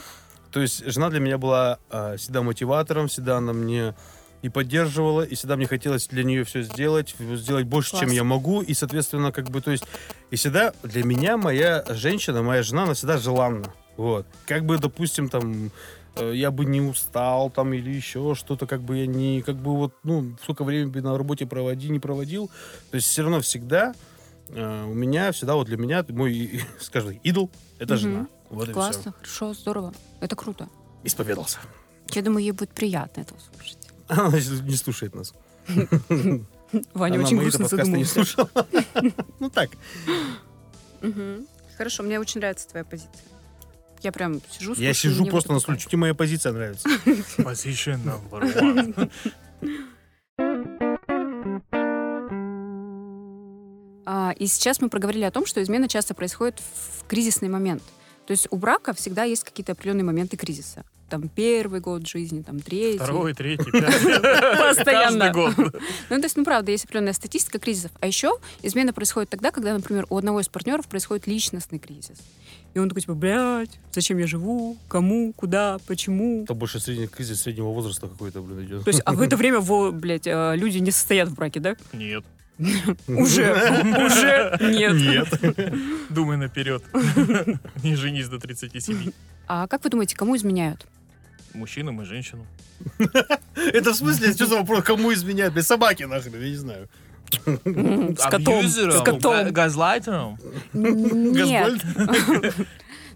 То есть жена для меня была а, всегда мотиватором, всегда она мне и поддерживала, и всегда мне хотелось для нее все сделать, сделать больше, чем Класс. я могу, и, соответственно, как бы, то есть, и всегда для меня моя женщина, моя жена, она всегда желанна, вот. Как бы, допустим, там, э, я бы не устал, там, или еще что-то, как бы я не, как бы вот, ну, сколько времени бы на работе проводи, не проводил, то есть все равно всегда э, у меня, всегда вот для меня, мой, скажем, идол, это Мгм. жена. Вот и Классно, хорошо, здорово. Это круто. все. Исповедался. Я думаю, ей будет приятно это услышать. Она значит, не слушает нас. Ваня Она очень мои-то грустно подкасты не задумался. слушала. Ну так. Мгм. Хорошо, мне очень нравится твоя позиция. Я прям сижу, Я слушаю, сижу мне просто вот на это стульчике, моя позиция нравится. Position number one. кайф. А, и сейчас мы проговорили о том, что измена часто происходит в кризисный момент. То есть у брака всегда есть какие-то определенные моменты кризиса. Там первый год жизни, там третий. Второй, третий, пятый. Постоянно. Каждый год. Ну, то есть, ну, правда, есть определенная статистика кризисов. А еще измена происходит тогда, когда, например, у одного из партнеров происходит личностный кризис. И он такой, типа, блядь, зачем я живу? Кому? Куда? Почему? Это больше средний кризис среднего возраста какой-то, блин, идет. То есть, а в это время, во, блядь, э, люди не состоят в браке, да? Нет. Уже, уже нет. Думай наперед. Не женись до 37. А как вы думаете, кому изменяют? Мужчинам и женщинам. Это в смысле, что за вопрос, кому изменять? Без собаки нахрен, я не знаю. С котом. С Абьюзерам, га- котом. Газлайтерам. Нет. Газгольд?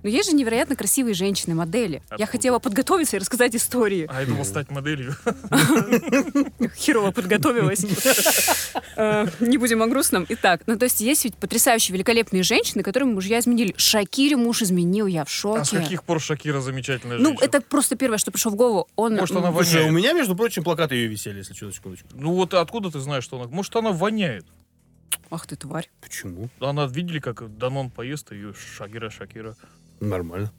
Но есть же невероятно красивые женщины, модели. Я Откуда? хотела подготовиться и рассказать истории. А я думал стать моделью. Херово подготовилась. Э, Не будем о грустном. Итак, ну то есть есть ведь потрясающие, великолепные женщины, которым мужья изменили. Шакире муж изменил, я в шоке. А с каких пор Шакира замечательная Ну, женщина? это просто первое, что пришло в голову. Он Может, она м, Слушай, воняет. у меня, между прочим, плакаты ее висели, если что, на секундочку. Ну вот откуда ты знаешь, что она... Может, она воняет? Ах ты, тварь. Почему? Она, видели, как Данон поест, ее Шакира, Шакира. Нормально.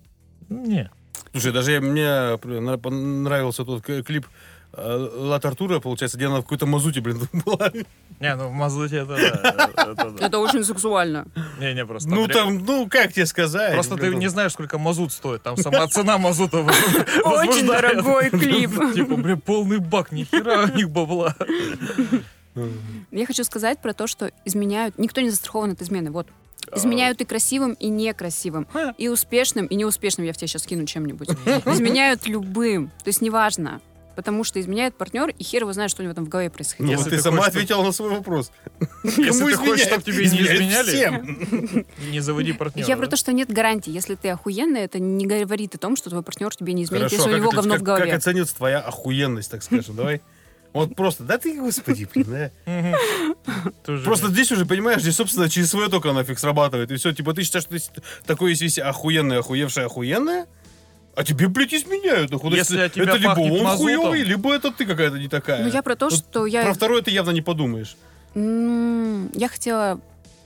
Не. Слушай, даже я- мне при- на- понравился тот к- клип э, Ла Тартура, получается, где она в какой-то мазуте, блин, была. Не, ну в Мазуте это да, это да. Это очень сексуально. Не, не, просто... Ну Андрей- там, ну как тебе сказать? Ну, Просто ты Блин, не знаешь, сколько мазут стоит. Там сама цена мазута Очень возбуждает. дорогой клип. Типа, блин, полный бак, нихера у них бабла. Я хочу сказать про то, что изменяют... Никто не застрахован от измены, вот. Изменяют и красивым, и некрасивым. Ха. И успешным, и неуспешным. Я в тебя сейчас кину чем-нибудь. Изменяют любым. То есть неважно. Потому что изменяет партнер, и хер его знает, что у него там в голове Ну, происходило. Если вот ты ты сама хочешь, ответила на свой вопрос. Если Кому ты хочешь, изменяет? чтобы тебе не Изменяет изменяли, всем. Не заводи партнера. Я про ну. да? то, что нет гарантии. Если ты охуенный, это не говорит о том, что твой партнер тебе не изменит, Хорошо, а если у как него это- говно как- в голове. Как оценится твоя охуенность, так скажем, давай. Вот просто, да ты, господи, блин, да. Мгм. Тоже Просто нет. здесь уже, понимаешь, здесь, собственно, ЧСВ только нафиг срабатывает. И все, типа, ты считаешь, что ты с- такой есть весь охуенный, охуевший, охуенная? А тебе, блядь, изменяют. нахуй. То есть Если от тебя это либо пахнет он мазутом. хуевый, либо это ты какая-то не такая. Ну, я про то, Тут что я... Про второе ты явно не подумаешь. М, Я хотела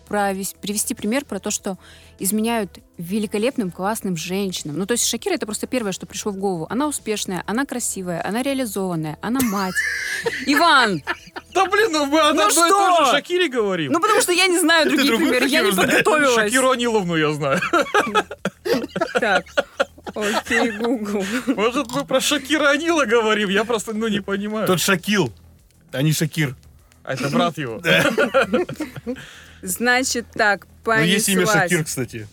провис- привести пример про то, что изменяют великолепным, классным женщинам. Ну, то есть Шакира — это просто первое, что пришло в голову. Она успешная, она красивая, она реализованная, она мать. Иван! Да блин, ну мы о Ну одной и что? той же Шакире говорим. Ну, потому что я не знаю Ты других другую примеров, я не Шакиру знаешь? подготовилась. Шакиру Аниловну я знаю. Так, окей, Google. Может, мы про Шакира Анила говорим? Я просто, ну, не понимаю. Тот Шакил, а не Шакир. А это брат его. Значит так, Но Ну, есть имя Шакир, понеслась. кстати.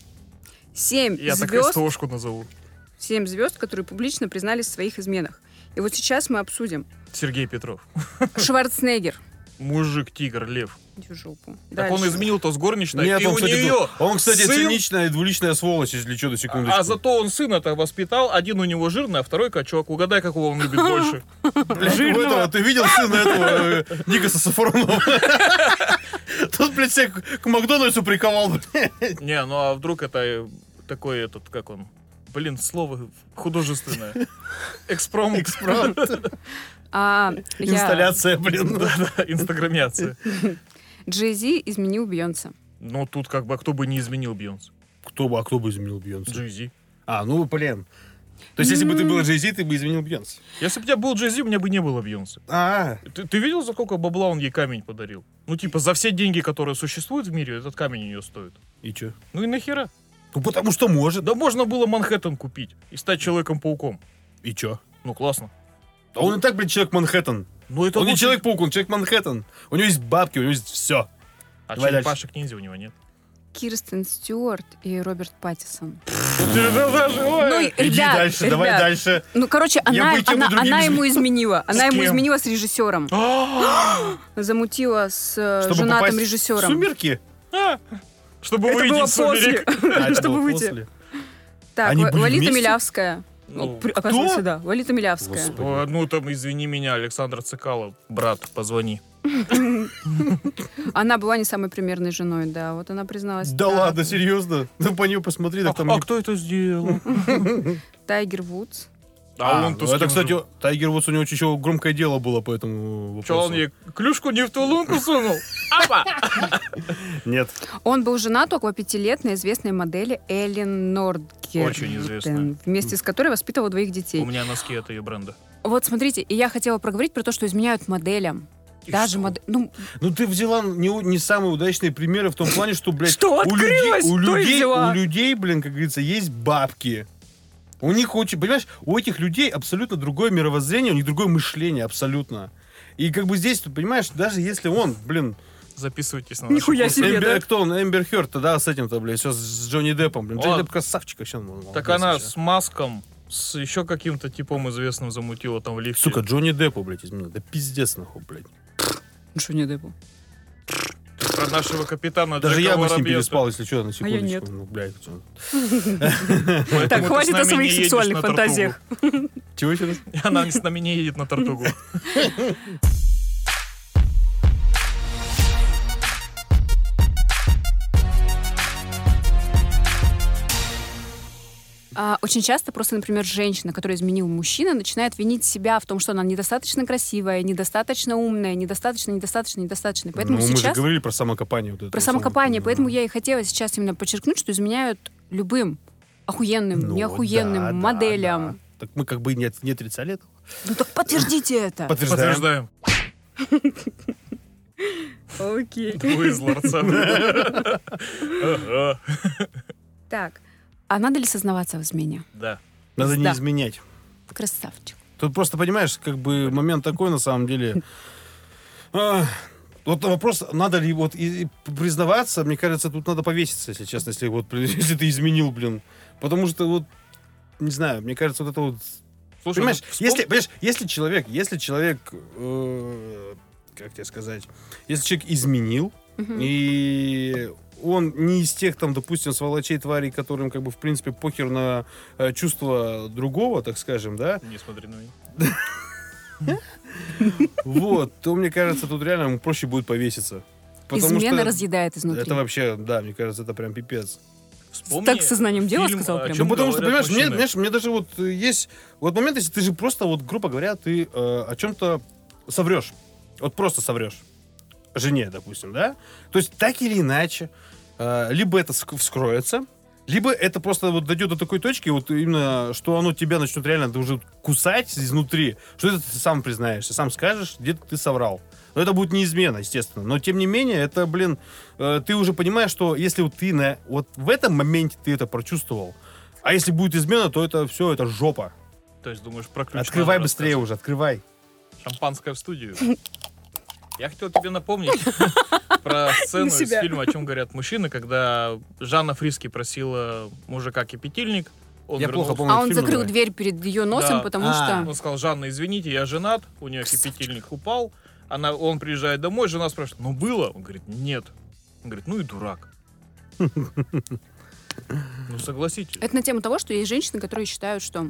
Семь Я так звезд СТОшку назову. семь звезд, которые публично признались в своих изменах. И вот сейчас мы обсудим. Сергей Петров. Шварценеггер. Мужик, тигр, лев. Иди в жопу. Так он Дальше. изменил то с горничной, Нет, и он, у кстати, нее был- он, кстати, сын- циничная и двуличная сволочь, если что, до секундочку. А зато он сына-то воспитал. Один у него жирный, а второй качок. Угадай, какого он любит больше. Блядь, у Жирного. этого ты видел сына этого э, Никаса Сафронова? Тот, блядь, себя к к Макдональдсу приковал, блядь. Не, ну а вдруг это э, такой этот, как он? Блин, слово художественное. Экспром. А, я- Инсталляция, блин. ну. Да-да, Инстаграмяция. Джей Зи изменил Бейонсе. Ну тут как бы кто бы не изменил Бьонс. Кто бы, а кто бы изменил Бьонса? Джейзи. А, ну, блин. То есть, если бы ты был Джей-Зи, ты бы изменил Бьонс. Если бы у тебя был Джейзи, у меня бы не было Бьонса. А, Ты, ты видел, за сколько бабла он ей камень подарил? Ну типа за все деньги, которые существуют в мире, этот камень у нее стоит. и чё? Ну и нахера? Ну, потому что может. Да можно было Манхэттен купить и стать Человеком-пауком. И чё? Ну классно. А он и так, блин, человек Манхэттен. Ну это Он не лучше- человек-паук, он человек Манхэттен. У него есть бабки, у него есть все. А Давай дальше. черепашек ниндзя у него нет. Кирстен Стюарт и Роберт Паттисон. Ну, Ну и- Э, Иди ребят, дальше, давай ребят. дальше. Ну, короче, Я она, бы и тем, и она, другим она измен- ему изменила. Она ему кем? изменила с режиссером. А! Замутила с э, Чтобы женатым попасть в режиссером. Сумерки. А! Чтобы Это было выйти после. сумерек. А, это Чтобы было выйти. после. Так, Они Ва- были Лолита вместе? Милявская. Ну, Вот, при- кто? Оказывается, да. Лолита Милявская. Господи. О, Ну там, извини меня, Александр Цикало, брат, позвони. Она была не самой примерной женой, да. Вот она призналась. Да Так. ладно, серьезно? Ну, по ней посмотри, А так там... а кто это сделал? Тайгер Вудс. А он-то с ну, Это, кем кстати, жил? Тайгер Вудс, у него еще громкое дело было по этому вопросу. Че, он ей клюшку не в ту лунку сунул? Апа! Нет. Он был женат около пяти лет на известной модели Эллен Нордгер. Очень известная. Вместе с которой воспитывал двоих детей. У меня носки от ее бренда. Вот смотрите, и я хотела проговорить про то, что изменяют моделям. Даже что? модель. Ну, Ну ты взяла не, у- не самые удачные примеры в том плане, что, блядь, Что у, людей, открылось, у, то и людей, взяла. у людей, блин, как говорится, есть бабки. У них очень, понимаешь, у этих людей абсолютно другое мировоззрение, у них другое мышление абсолютно. И как бы здесь, ты понимаешь, даже если он, блин, Записывайтесь на Нихуя нашу группу. себе, Эмбер, да? кто он, Эмбер Хёрд, да, с этим-то, блядь, все с Джонни Деппом, блин, Джонни Ладно. Депп красавчик вообще. он молодец Так она вообще. с Маском, с еще каким-то типом известным замутила там в лифте. Сука, Джонни Деппу, блядь, изменил. Да пиздец, нахуй, блядь. Джонни Деппу. про нашего капитана Даже Джека я бы с ним Воробьева. переспал, если что, на А я секундочку. нет. Ну, блядь, что. Поэтому Так, ты с хватит нами о не своих едешь сексуальных на Тартугу. фантазиях. Чего еще раз? Она с нами не едет на Тартугу. А, очень часто просто, например, женщина, которая изменила мужчина, начинает винить себя в том, что она недостаточно красивая, недостаточно умная, недостаточно, недостаточно, недостаточно. И Поэтому ну, мы же сейчас говорили про самокопание. Вот это про вот самокопание, самое- поэтому я и хотела сейчас именно подчеркнуть, что изменяют любым охуенным, Ну, неохуенным да, да, моделям. да. Так мы как бы не, от- не отрицали это. Ну так подтвердите это. Подтверждаем. Подтверждаем. Окей. Вы из ларца. Ага. Так. А надо ли сознаваться в измене? Да. Надо не Да. изменять. Красавчик. Тут просто, понимаешь, как бы момент такой, на самом деле. А, Вот вопрос, надо ли вот и- и признаваться, мне кажется, тут надо повеситься, если честно, если вот если ты изменил, блин. Потому что вот, не знаю, мне кажется, вот это вот... Слушай, ну, Понимаешь, вот вспом- если, понимаешь, если человек, если человек, э, как тебе сказать, если человек изменил, Мгм. и он не из тех, там, допустим, сволочей, тварей, которым, как бы, в принципе, похер на э, чувства другого, так скажем, да, Не смотри на меня. вот, то, мне кажется, тут реально ему проще будет повеситься. Потому Измена что разъедает изнутри. это вообще, да, мне кажется, это прям пипец. Вспомни Так сознанием дела фильм, сказал о прям. Ну, чем потому что, говорят понимаешь, мне, мужчины. знаешь, мне даже вот э, есть... Вот момент, если ты же просто, вот, грубо говоря, ты э, о чем-то соврешь. Вот просто соврешь. Жене, допустим, да? То есть так или иначе, э, либо это ск- вскроется, либо это просто вот дойдет до такой точки, вот именно, что оно тебя начнет реально уже кусать изнутри, что это ты сам признаешься, сам скажешь, где-то ты соврал. Но это будет неизменно, естественно. Но тем не менее, это, блин, э, ты уже понимаешь, что если вот ты на, вот в этом моменте ты это прочувствовал, а если будет измена, то это все, это жопа. То есть думаешь про ключ Открывай надо быстрее уже, открывай. рассказывать. Шампанское в студию. Я хотел тебе напомнить про сцену На из себя. фильма «О чем говорят мужчины», когда Жанна Фриски просила мужика кипятильник. Он Я вернул- плохо помню. А он фильм закрыл называется. дверь перед ее носом, Да. потому А. что... Он сказал, Жанна, извините, я женат, у нее Красавчик. кипятильник упал. Она, он приезжает домой, жена спрашивает, ну было? Он говорит, нет. Он говорит, ну и дурак. Ну согласитесь. Это на тему того, что есть женщины, которые считают, что...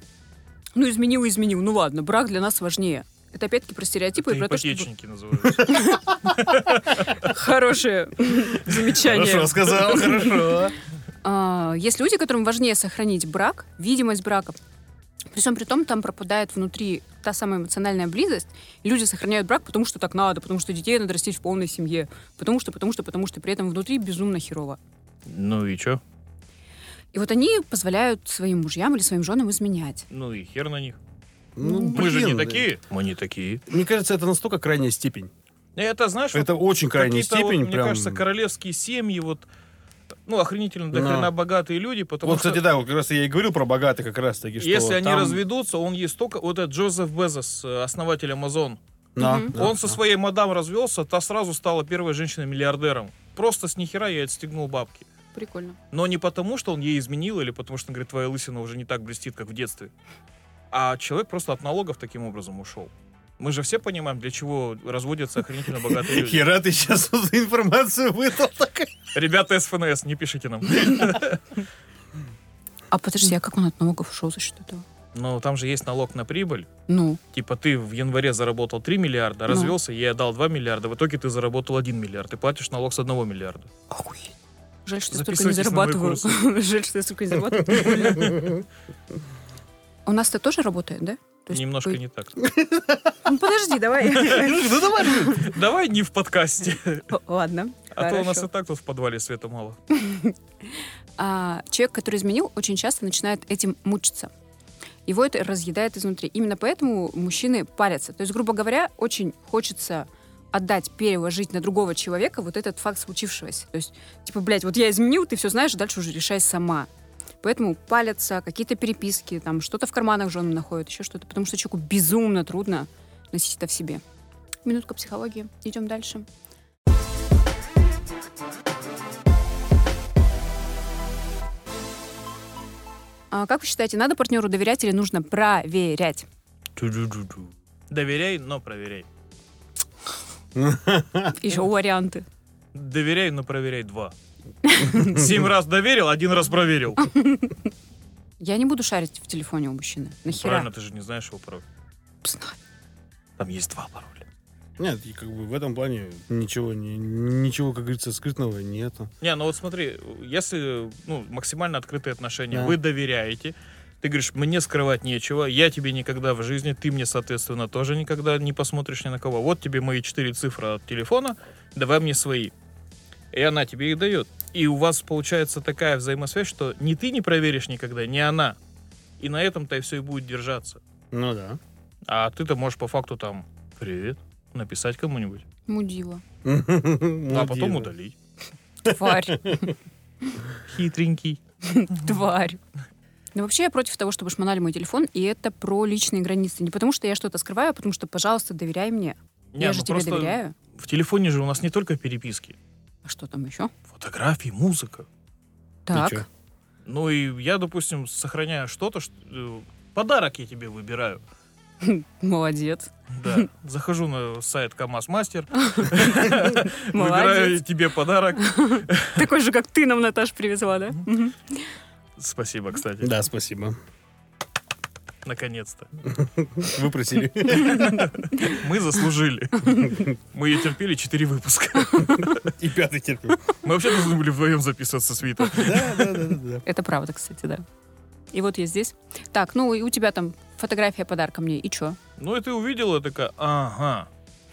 Ну, изменил, и изменил. Ну ладно, брак для нас важнее. Это опять-таки про стереотипы Это типа, и про то, что... ипотечники называются. Хорошее замечание. Хорошо сказал, хорошо. А, Есть люди, которым важнее сохранить брак, видимость брака. При всем при том, там пропадает внутри та самая эмоциональная близость. И люди сохраняют брак, потому что так надо, потому что детей надо растить в полной семье, потому что, потому что, потому что при этом внутри безумно херово. Ну и чё? И вот они позволяют своим мужьям или своим женам изменять. Ну и хер на них. Ну, Мы же не блин, такие. Мы не такие. Мне кажется, это настолько крайняя степень. Это, знаешь, вот Это очень крайняя какие-то, вот, степень. мне прям... кажется, королевские семьи, вот, ну, охренительно до Да. хрена богатые люди, потому вот, что... кстати, да, вот как раз я и говорил про богатых как раз таки, что Если они там- разведутся, он есть только... Вот этот Джозеф Безос, э, основатель Amazon, Да, Мгм. да, он со да. своей мадам развелся, та сразу стала первой женщиной-миллиардером. Просто с нихера я отстегнул бабки. Прикольно. Но не потому, что он ей изменил, или потому что, он говорит, твоя лысина уже не так блестит, как в детстве. А человек просто от налогов таким образом ушел. Мы же все понимаем, для чего разводятся охренительно богатые люди. Хера ты сейчас информацию выдал такая. Ребята с ФНС, не пишите нам. А подожди, а как он от налогов ушел за счет этого? Но там же есть налог на прибыль. Ну, Типа ты в январе заработал 3 миллиарда, Ну. развелся, я ей дал 2 миллиарда, в итоге ты заработал 1 миллиард. Ты платишь налог с 1 миллиарда. охуеть. Жаль, что я столько не Записывайтесь на мои зарабатываю. Жаль, что я столько не зарабатываю. У нас это тоже работает, да? То есть Немножко по- не так. Ну, подожди, давай. Ну давай. Давай не в подкасте. Ладно. А то у нас хорошо. и так тут в подвале света мало. а, человек, который изменил, очень часто начинает этим мучиться. Его это разъедает изнутри. Именно поэтому мужчины парятся. То есть, грубо говоря, очень хочется отдать, переложить на другого человека вот этот факт случившегося. То есть, типа, блядь, вот я изменил, ты все знаешь, дальше уже решай сама. Поэтому палятся какие-то переписки, там что-то в карманах жены находят, еще что-то, потому что человеку безумно трудно носить это в себе. Минутка психологии. Идем дальше. А как вы считаете, надо партнеру доверять или нужно проверять? Ту-ду-ду-ду. Доверяй, но проверяй. А, Еще варианты. Доверяй, но проверяй два. Семь раз доверил, один раз проверил. Я не буду шарить в телефоне у мужчины. Правильно, Нахера? ты же не знаешь его пароль. Знаю. Там есть два пароля. Нет, и как бы в этом плане ничего, не, ничего, как говорится, скрытного нету. Не, ну вот смотри, если ну, максимально открытые отношения, Да. вы доверяете, ты говоришь, мне скрывать нечего, я тебе никогда в жизни, ты мне, соответственно, тоже никогда не посмотришь ни на кого. Вот тебе мои четыре цифры от телефона, давай мне свои. И она тебе их дает. И у вас получается такая взаимосвязь, что ни ты не проверишь никогда, ни она. И на этом-то и все и будет держаться. Ну да. А ты-то можешь по факту там «Привет» написать кому-нибудь, Мудила. Ну, а потом удалить. Тварь. Хитренький. Тварь. Ну, вообще, я против того, чтобы шмонали мой телефон, и это про личные границы. Не потому, что я что-то скрываю, а потому что, пожалуйста, доверяй мне. Не, я ну же тебе просто доверяю. В телефоне же у нас не только переписки, А что там еще? фотографии, музыка. Так. чё? Ну и я, допустим, сохраняю что-то, что- э, подарок я тебе выбираю. Молодец. Да. Захожу на сайт КамАЗ Мастер, выбираю Молодец. тебе подарок. Такой же, как ты нам, Наташ, привезла, да? Мгм. Спасибо, кстати. Да, спасибо. Наконец-то. Выпросили. Мы заслужили. Мы ее терпели 4 выпуска. И пятый терпел. Мы вообще должны были вдвоем записываться с Витой. Да, да, да, да. Это правда, кстати, да. И вот я здесь. Так, ну и у тебя там фотография подарка мне, и чё? Ну и ты увидела, и такая, ага.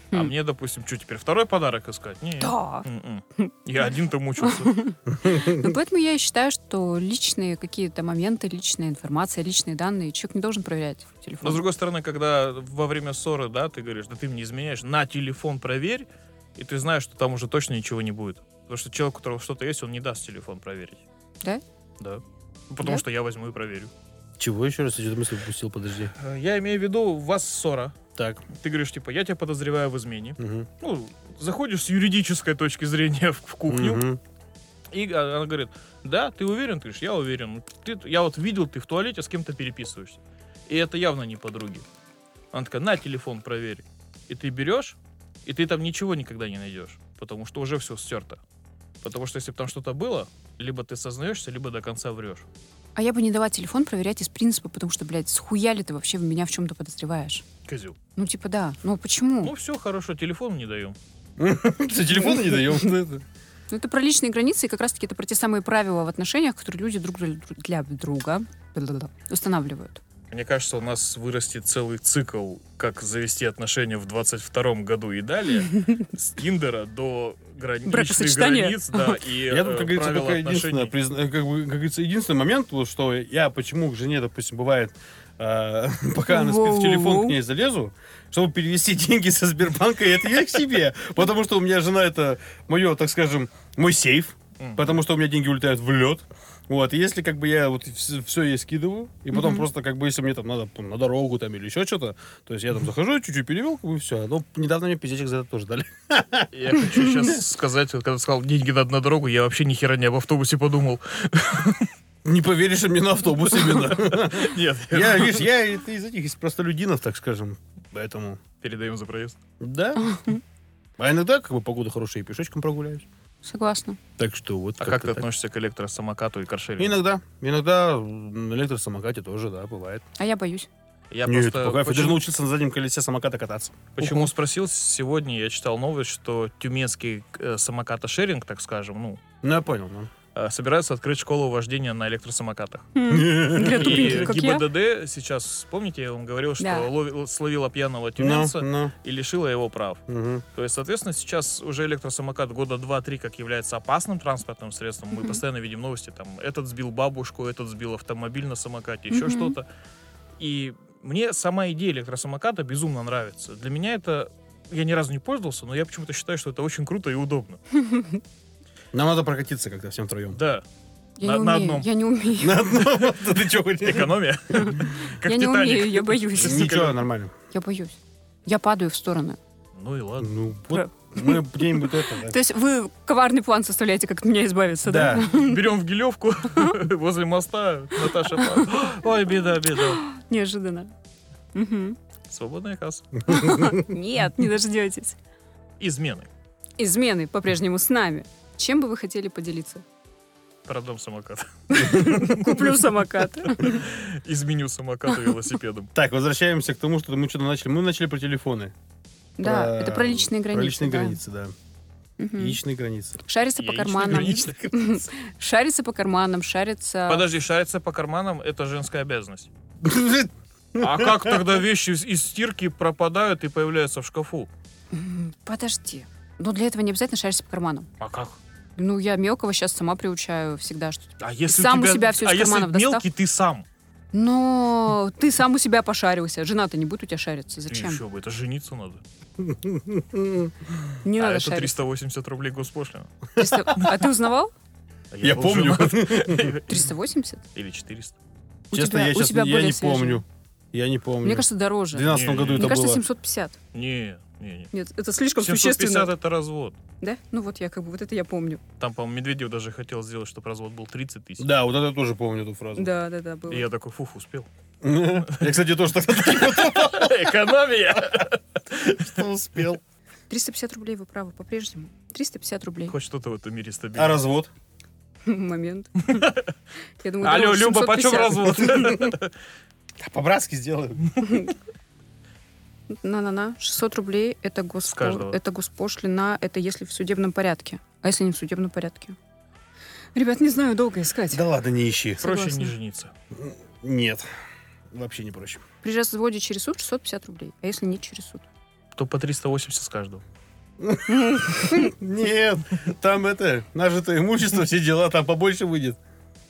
А Хм. мне, допустим, что теперь, второй подарок искать? Нет. Да. М-м. Я один-то мучился. Ну, поэтому я и считаю, что личные какие-то моменты, личная информация, личные данные человек не должен проверять в Но с телефон. другой стороны, когда во время ссоры, да, ты говоришь, да ты мне изменяешь, на телефон проверь, и ты знаешь, что там уже точно ничего не будет. Потому что человек, у которого что-то есть, он не даст телефон проверить. Да? Да. Ну, Потому Да? что я возьму и проверю. Чего еще раз? Я что-то мысль упустил, подожди. Э, Я имею в виду, у вас ссора. Так. Ты говоришь, типа, я тебя подозреваю в измене. мгм, Ну, заходишь с юридической точки зрения в, в кухню, мгм. и а, она говорит, да, ты уверен? Ты говоришь, я уверен. Ты, я вот видел, ты в туалете с кем-то переписываешься. И это явно не подруги. Она такая, на телефон проверь. И ты берешь, и ты там ничего никогда не найдешь, потому что уже все стерто. Потому что если бы там что-то было, либо ты сознаешься, либо до конца врешь. А я бы не дала телефон проверять из принципа, потому что, блядь, схуя ли ты вообще в меня в чем-то подозреваешь? Козел. Ну, типа, да. Ну, почему? Ну все, хорошо, телефон не даем. Что, телефона не даем? Ну, это про личные границы, и как раз-таки это про те самые правила в отношениях, которые люди друг для, для друга бла-бла-бла, устанавливают. Мне кажется, у нас вырастет целый цикл, как завести отношения в 22 году и далее, с Тиндера до грани- личных Бракосочетания. границ, да, и Я тут, э, как говорится, правила только единственное, отношений. призна- как, бы, как говорится, единственный момент, вот что я почему к жене, допустим, бывает, э, пока она спит, в телефон к ней залезу, чтобы перевести деньги со Сбербанка, и это я к себе. Потому что у меня жена это мое, так скажем, мой сейф, Мгм. потому что у меня деньги улетают в лед. Вот, и если как бы я вот все ей скидываю, и потом Мгм. просто как бы, если мне там надо там, на дорогу там или еще что-то, то есть я там захожу, чуть-чуть перевел, как бы все. Но недавно мне пиздечек за это тоже дали. Я хочу сейчас сказать, вот когда ты сказал, деньги надо на дорогу, я вообще ни хера не об автобусе подумал. Не поверишь, а мне на автобус именно. Нет, Я, видишь, я это из этих, из простолюдинов, так скажем. Поэтому, передаем за проезд. да. А иногда, как бы, погода хорошая, и пешочком прогуляюсь. Согласна. Так что вот А как ты как-то так. относишься к электросамокату и каршерингу? Иногда. Иногда м, на электросамокате тоже, да, бывает. А я боюсь. Я Нет, просто... по кайфу. Я даже Почему, научился на заднем колесе самоката кататься. почему спросил сегодня, я читал новость, что тюменский э, самоката-шеринг, так скажем, ну, Ну, я понял, ну. э, собираются открыть школу вождения на электросамокатах. Для И тупеньких, как я. ГИБДД сейчас, помните, я вам говорил, что Да. лови- словила пьяного Ну, тюменца ну, и лишила его прав. мгм. То есть, соответственно, сейчас уже электросамокат года 2-3 как является опасным транспортным средством. Мы Мгм. постоянно видим новости, там, этот сбил бабушку, этот сбил автомобиль на самокате, еще Мгм. что-то. И мне сама идея электросамоката безумно нравится. Для меня это... Я ни разу не пользовался, но я почему-то считаю, что это очень круто и удобно. Нам надо прокатиться как-то всем втроем. Да, Я на- на не умею, одном. Я не умею. На одном. Да ты чё, хоть- экономия. Как Я не «Титаник». умею, я боюсь. Ничего, нормально. Я боюсь. Я падаю в стороны. Ну и ладно. Ну, вот мы где-нибудь это, То да. есть вы коварный план составляете, как от меня избавиться, да? Да. Берем в Гилевку возле моста. Наташа. Павловна. Ой, беда, беда. Неожиданно. Мгм. Свободная касса. Нет, не дождетесь. Измены. измены по-прежнему с нами, чем бы вы хотели поделиться? Продам самокат. Куплю самокат. Изменю самокат велосипедом. Так, возвращаемся к тому, что мы что-то начали. Мы начали про телефоны. Да, это про личные границы. Про личные да. границы, да. Мгм. Яичные границы. Шарится по Яичных карманам. граничных. Шарится по карманам, шарится... Подожди, шариться по карманам — это женская обязанность. А как тогда вещи из, из стирки пропадают и появляются в шкафу? М, Подожди. Но для этого не обязательно шариться по карманам. А как? Ну, я мелкого сейчас сама приучаю всегда, что... А если Сам у тебя, себя всё из а если карманов достав? мелкий, ты сам. Но ты сам у себя пошарился. Жена-то не будет у тебя шариться. Зачем? Еще бы, это жениться надо. Не а надо это шариться. 380 рублей госпошлина. Триста- А ты узнавал? А Я был помню. женат. 380? Или 400. У Честно, тебя- я у сейчас тебя я более не свежие. помню. Я не помню. Мне кажется, в дороже. 2012 году Мне это Мне кажется, было. 750. Не, не, не. Нет, это слишком 750 существенно. это развод. Да? Ну вот я как бы, вот это я помню. Там, по-моему, Медведев даже хотел сделать, чтобы развод был 30 тысяч. Да, вот это я тоже помню эту фразу. Да, да, да, было. И я такой, фух, успел. Я, кстати, тоже так Экономия! успел. 350 рублей, вы правы, по-прежнему. 350 рублей. Хоть что-то в этом мире А стабильно. развод? Момент. Я думаю, Алло, дороже Люба, почем 750. развод? По-братски сделаю. На-на-на, 600 рублей это, гос... С каждого. это госпошлина, это если в судебном порядке. А если не в судебном порядке? Ребят, не знаю, долго искать. Да ладно, не ищи. Проще Согласна. не жениться. Нет. Вообще не проще. При разводе через суд 650 рублей, а если не через суд? То по 380 с каждого. Нет, там это, нажитое имущество, все дела, там побольше выйдет.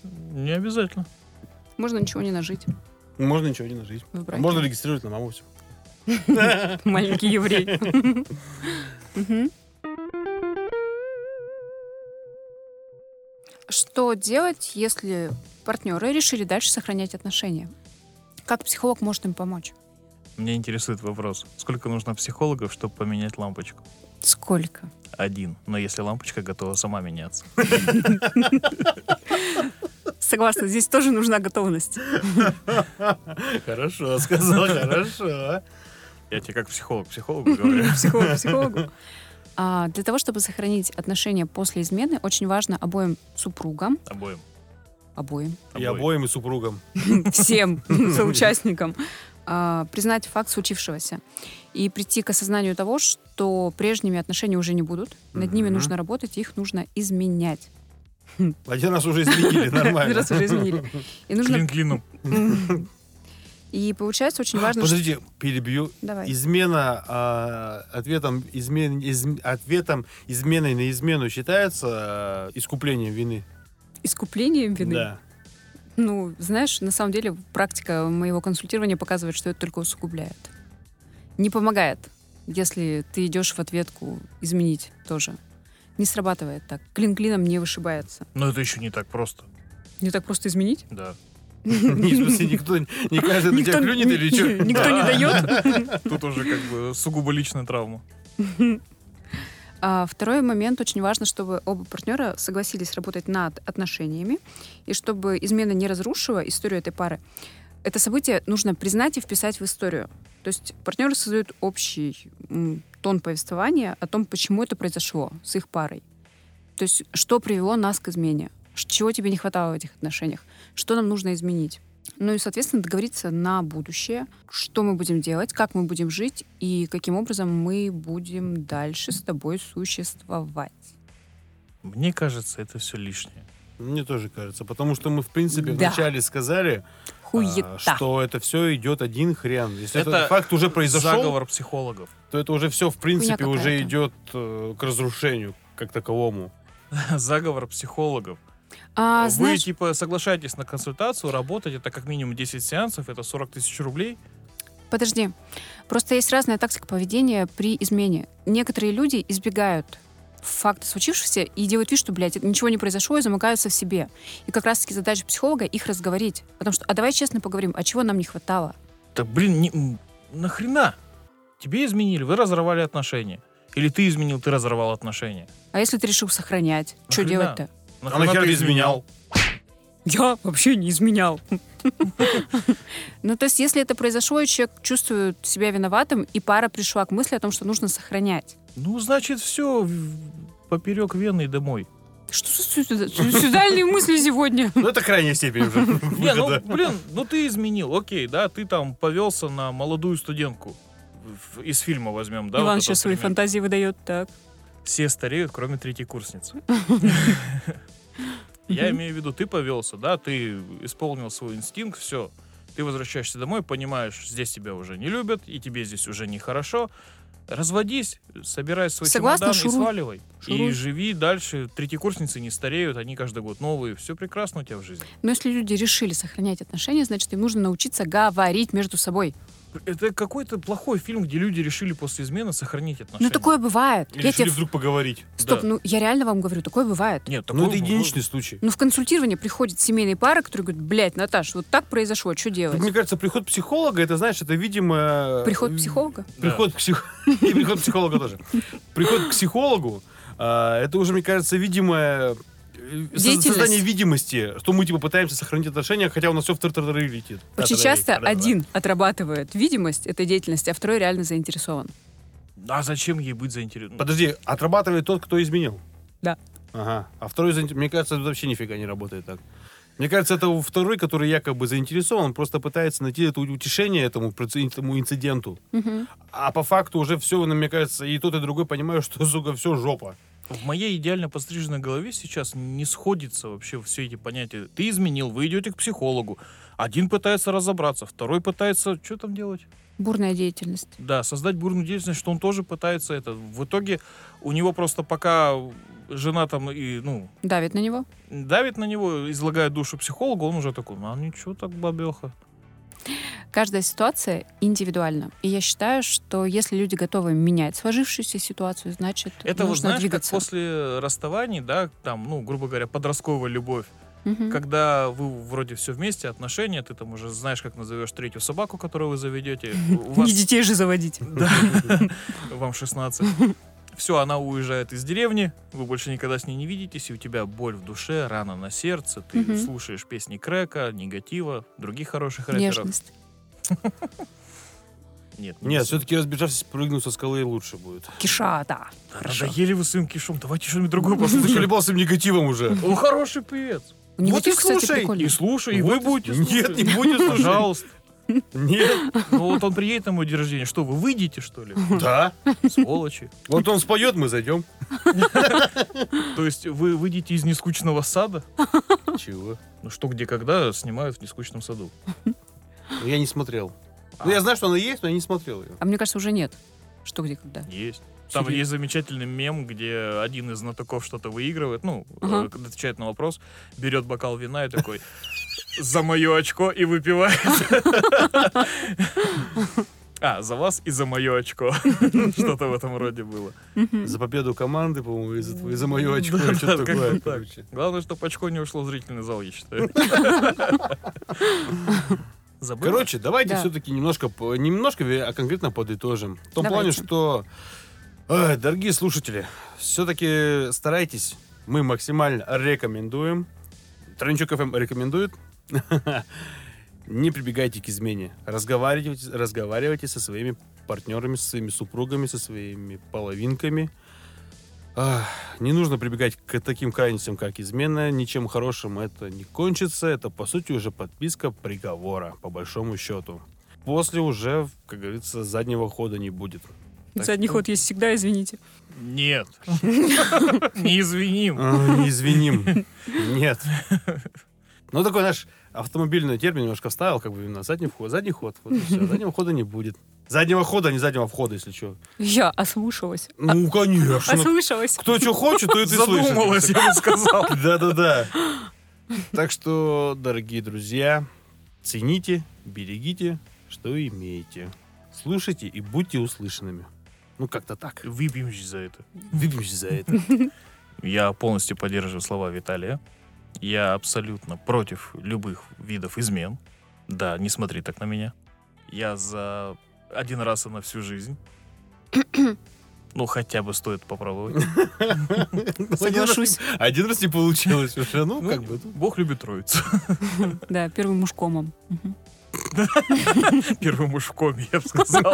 Не обязательно. Можно ничего не нажить Можно ничего не нажить. в А браке. можно регистрировать на маму все. Маленький еврей. Мгм. Что делать, если партнеры решили дальше сохранять отношения? Как психолог может им помочь? Меня интересует вопрос. Сколько нужно психологов, чтобы поменять лампочку? Сколько? Один. Но если лампочка готова сама меняться. Согласна, здесь тоже нужна готовность. Хорошо, сказал, хорошо. Я тебе как психолог психологу говорю. Психолог, психологу. А, для того, чтобы сохранить отношения после измены, очень важно обоим супругам, Обоим. обоим, И Обоим. обоим, и супругам. всем соучастникам а, признать факт случившегося и прийти к осознанию того, что прежними отношения уже не будут, над ними Мгм. нужно работать, их нужно изменять. Один раз уже изменили, Один нормально. раз уже изменили. И нужно... Клин клином. И получается очень важно... что- Подождите, перебью. Давай. Измена а, ответом, измен, изм- ответом изменой на измену считается а, искуплением вины. Искуплением вины. Да. Ну, знаешь, на самом деле практика моего консультирования показывает, что это только усугубляет. Не помогает, если ты идешь в ответку изменить тоже. Не срабатывает так. Клин клином не вышибается. Но это еще не так просто. Не так просто изменить? Да. Не, в смысле, никто, не каждый на тебя клюнет или что? Никто не дает. Тут уже как бы сугубо личная травма. А второй момент очень важно, чтобы оба партнера согласились работать над отношениями и чтобы измена не разрушила историю этой пары. Это событие нужно признать и вписать в историю. То есть партнеры создают общий м, тон повествования о том, почему это произошло с их парой. То есть что привело нас к измене, Ш- чего тебе не хватало в этих отношениях, что нам нужно изменить. Ну и, соответственно, договориться на будущее, что мы будем делать, как мы будем жить и каким образом мы будем дальше с тобой существовать. Мне кажется, это все лишнее. Мне тоже кажется, потому что мы, в принципе, Да. вначале сказали, а, Хуета. что это все идет один хрен. Если Это этот факт уже произошел, Заговор психологов. то это уже все, в принципе, Хуйня уже какая-то. идет э, к разрушению как таковому. Заговор психологов. А, Вы, знаешь, типа, соглашаетесь на консультацию, работать это как минимум 10 сеансов, это 40 тысяч рублей. подожди. Просто есть разная тактика поведения при измене. Некоторые люди избегают факта случившегося и делают вид, что, блядь, это ничего не произошло, и замыкаются в себе. И как раз-таки задача психолога их разговорить. Потому что, а давай честно поговорим, а чего нам не хватало? Да, блин, не- м, нахрена? Тебе изменили, вы разорвали отношения. Или ты изменил, ты разорвал отношения. А если ты решил сохранять, что Нахрена? делать-то? А нахер ты изменял? Я вообще не изменял. Ну, то есть, если это произошло, и человек чувствует себя виноватым, и пара пришла к мысли о том, что нужно сохранять. Ну, значит, все поперек вены и домой. Что за сюда- суицидальные мысли сегодня? Ну, это крайняя степень уже. Не, ну, выхода. блин, ну ты изменил, окей, да, ты там повелся на молодую студентку. В- Из фильма возьмем, да? вот Иван этот сейчас свои пример. фантазии выдает так. Все стареют, кроме третьей курсницы. Я имею в виду, ты повелся, да, ты исполнил свой инстинкт, все. Ты возвращаешься домой, понимаешь, здесь тебя уже не любят, и тебе здесь уже нехорошо. Разводись, собирай свой Согласна, чемодан и шуруй. сваливай. Шуруй. И живи дальше. Третьекурсницы не стареют, они каждый год новые. Все прекрасно у тебя в жизни. Но если люди решили сохранять отношения, значит, им нужно научиться говорить между собой. Это какой-то плохой фильм, где люди решили после измены сохранить отношения. Ну, такое бывает. И Я решили тебе... вдруг поговорить. Стоп, Да. ну, я реально вам говорю, такое бывает. Нет, такое Ну, это было. единичный случай. Ну, в консультирование приходит семейные пары, которые говорят, блядь, Наташ, вот так произошло, что делать? Ну, Мне кажется, приход психолога, это, знаешь, это, видимо... Приход э, психолога? Приход, к псих- и приход к психологу тоже. Приход к психологу, а, это уже, мне кажется, видимое... э, со- Деятельность. Создание видимости, что мы типа пытаемся сохранить отношения, хотя у нас все в тыр летит. Очень Та-та-та-ри, часто та-та-та. один отрабатывает видимость этой деятельности, а второй реально заинтересован. А зачем ей быть заинтересованной? Подожди, отрабатывает тот, кто изменил? Да. Ага. А второй, заинте- мне кажется, это вообще нифига не работает так. Мне кажется, это у второй, который якобы заинтересован, он просто пытается найти это утешение этому, проц- этому инциденту. Мгм. А по факту уже все, ну, мне кажется, и тот, и другой понимают, что, сука, все жопа. В моей идеально постриженной голове сейчас не сходится вообще все эти понятия. Ты изменил, вы идете к психологу. Один пытается разобраться, второй пытается... Что там делать? Бурная деятельность. Да, создать бурную деятельность, что он тоже пытается это. В итоге у него просто пока жена там и, ну, Давит на него. давит на него, излагает душу психологу, он уже такой, ну, а ничего так, бабеха. Каждая ситуация индивидуальна. И я считаю, что если люди готовы менять сложившуюся ситуацию, значит, Это нужно вот, знаешь, как двигаться. после расставаний, да, там, ну, грубо говоря, подростковая любовь. Мгм. Когда вы вроде все вместе, отношения, ты там уже знаешь, как назовешь третью собаку, которую вы заведете. У вас Не детей же заводить. Да. Вам 16. Все, она уезжает из деревни, вы больше никогда с ней не видитесь, и у тебя боль в душе, рана на сердце, ты Мгм. слушаешь песни Крека, Негатива, других хороших рэперов. Нежность. Нет, Нет, все все-таки разбежавшись, прыгнув со скалы лучше будет. Кишата. Надоели вы своим кишом, давайте что-нибудь другое Просто ты послушали. колебал своим негативом уже. Ну, хороший певец. Негатив, и кстати, слушай, прикольный. И слушай, и вы Вот. будете Нет, слушать. не будем слушать. Пожалуйста. Нет, Ну вот он приедет на мой день рождения. Что, вы выйдете, что ли? да. Сволочи. Вот он споет, мы зайдем. То есть вы выйдете из нескучного сада? Чего? Ну что, где, когда снимают в нескучном саду? Ну, Я не смотрел. Ну, я знаю, что она есть, но я не смотрел ее. А мне кажется, уже нет. Что, где, когда. Есть. Там Сидеть. есть замечательный мем, где один из знатоков что-то выигрывает, ну, э, Ага. когда отвечает на вопрос, берет бокал вина и такой «За мое очко» и выпивает. А, за вас и за мое очко. Что-то в этом роде было. За победу команды, по-моему, и за, твою- и за мою очко. Хм. Да, что-то да, такое. как-то так. короче. Главное, что очко не ушло в зрительный зал, я считаю. Забыл? Короче, давайте Да. все-таки немножко, по- не немножко, а конкретно подытожим. В том плане, Давайте. что, э, дорогие слушатели, все-таки старайтесь. Мы максимально рекомендуем. Тройничок ФМ рекомендует. Не прибегайте к измене. Разговаривайте, разговаривайте со своими партнерами, со своими супругами, со своими половинками. Ах, не нужно прибегать к таким крайностям, как измена. Ничем хорошим это не кончится. Это, по сути, уже подписка приговора, по большому счету. После уже, как говорится, заднего хода не будет. Так Задний ход есть всегда, извините. Нет. Не извиним. А, Извиним. Нет. Ну, такой наш автомобильный термин немножко вставил, как бы на задний вход. Задний ход. Вот и всё. Заднего хода не будет. Заднего хода, а не заднего входа, если что. Я ослушалась. Ну, конечно. Ослушалась. Кто что хочет, то и ты слышишь. А, Задумалась, я бы сказал. Да-да-да. Так что, дорогие друзья, цените, берегите, что имеете. Слушайте и будьте услышанными. Ну, как-то так. Выбьемся за это. Выбьемся за это. Я полностью поддерживаю слова Виталия. Я абсолютно против любых видов измен. Да, не смотри так на меня. Я за один раз и на всю жизнь. Ну, хотя бы стоит попробовать. Соглашусь. Один раз не получилось уже. Ну, как бы. Бог любит троицу. Да, первым мужкомом. Мгм. Первый муж в коме, я бы сказал.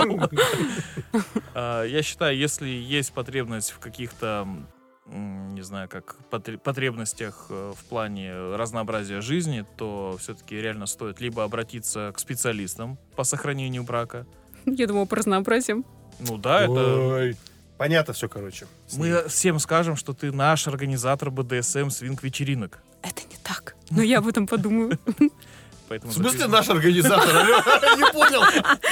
А, Я считаю, если есть потребность в каких-то м, не знаю, как потре- потребностях э, в плане разнообразия жизни, то все-таки реально стоит либо обратиться к специалистам по сохранению брака. Я думала, по разнообразием. Ну а да, это Ой. Понятно все, короче. мы всем скажем, что ты наш организатор БДСМ свинг вечеринок. Это не так. Но я об этом подумаю. Поэтому В смысле записывай. наш организатор? алё? Не понял.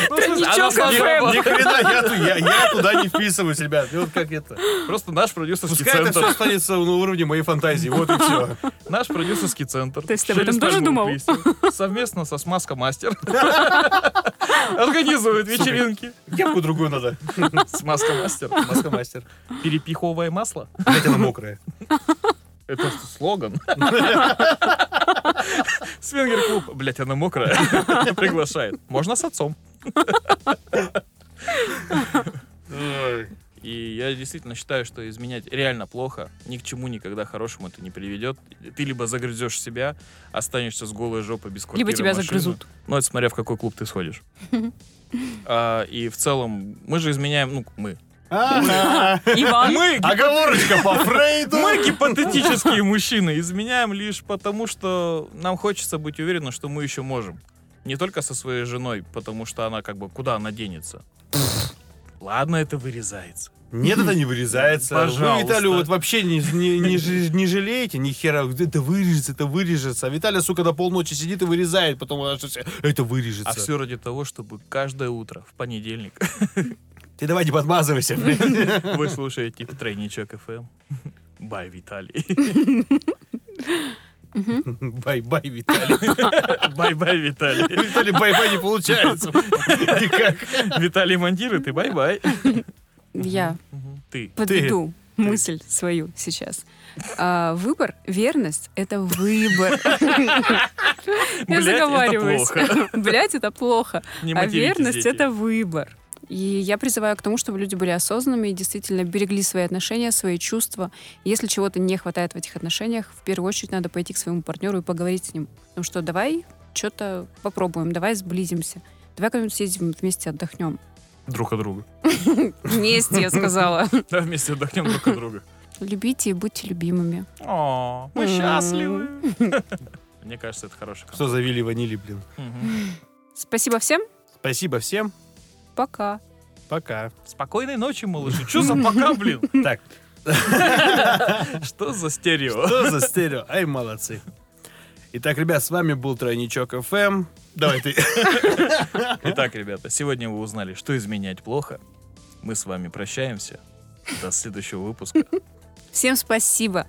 Ну, в смысле, ничего, а на самом деле, КФМ. Ни хрена, я ту- я- я туда не вписываюсь, ребят. Ну, Вот как это. Просто наш продюсерский Пускай это все центр. останется на уровне моей фантазии. Вот и все. Наш продюсерский центр. То есть ты об этом Шелест тоже альбом думал? Кристи. Совместно со Смазка Мастер. Организует вечеринки. Кепку другую надо. Смазка Мастер. Маска-мастер. Перепиховое масло. Блять, она мокрая. Это слоган. Свингер-клуб. Блять, она мокрая. Приглашает. Можно с отцом. И я действительно считаю, что изменять реально плохо, ни к чему никогда хорошему это не приведет. Ты либо загрызешь себя, останешься с голой жопой без квартиры. Либо тебя машины. загрызут. Ну, это смотря в какой клуб ты сходишь. А, и в целом, мы же изменяем, ну, мы. А, Иван, Мы, ги- Оговорочка по Фрейду. мы гипотетические мужчины, изменяем лишь потому, что нам хочется быть уверенным, что мы еще можем. Не только со своей женой, потому что она как бы куда она денется. Ладно, это вырезается. А Нет, это не вырезается. Пожалуйста. Вы, Виталию, вот вообще не, не, не ж- не жалеете ни хера. Это вырежется, это вырежется. А Виталий, сука, до полночи сидит и вырезает, потом она что все, это вырежется. А все ради того, чтобы каждое утро в понедельник Ты давай не подмазывайся. блин. вы слушаете тройничок FM. Бай, Виталий. Бай-бай, Виталий. Бай-бай, Виталий. Виталий, бай-бай не получается. Никак. Виталий Мандир, и ты бай-бай. я Мгм. Ты. подведу мысль свою сейчас. А, выбор, верность — это выбор. Я Блядь, это заговариваюсь. плохо. Блять, это плохо. Не А материтесь, верность — дети. это выбор. И я призываю к тому, чтобы люди были осознанными и действительно берегли свои отношения, свои чувства. Если чего-то не хватает в этих отношениях, в первую очередь надо пойти к своему партнеру и поговорить с ним. Потому что давай что-то попробуем, давай сблизимся. Давай как-нибудь съездим вместе отдохнем. Друг от друга. Вместе, я сказала. Да, вместе отдохнем друг от друга. Любите и будьте любимыми. О, мы счастливы. Мне кажется, это хороший концерт. Что за вилли ванили, блин. Спасибо всем. Спасибо всем. Пока. Пока. Спокойной ночи, малыши. Что за пока, блин? Так, Что за стерео? что за стерео? Ай, молодцы. Итак, ребят, с вами был Тройничок ФМ. Давай ты. Итак, ребята, сегодня вы узнали, что изменять плохо. Мы с вами прощаемся. До следующего выпуска. Всем спасибо.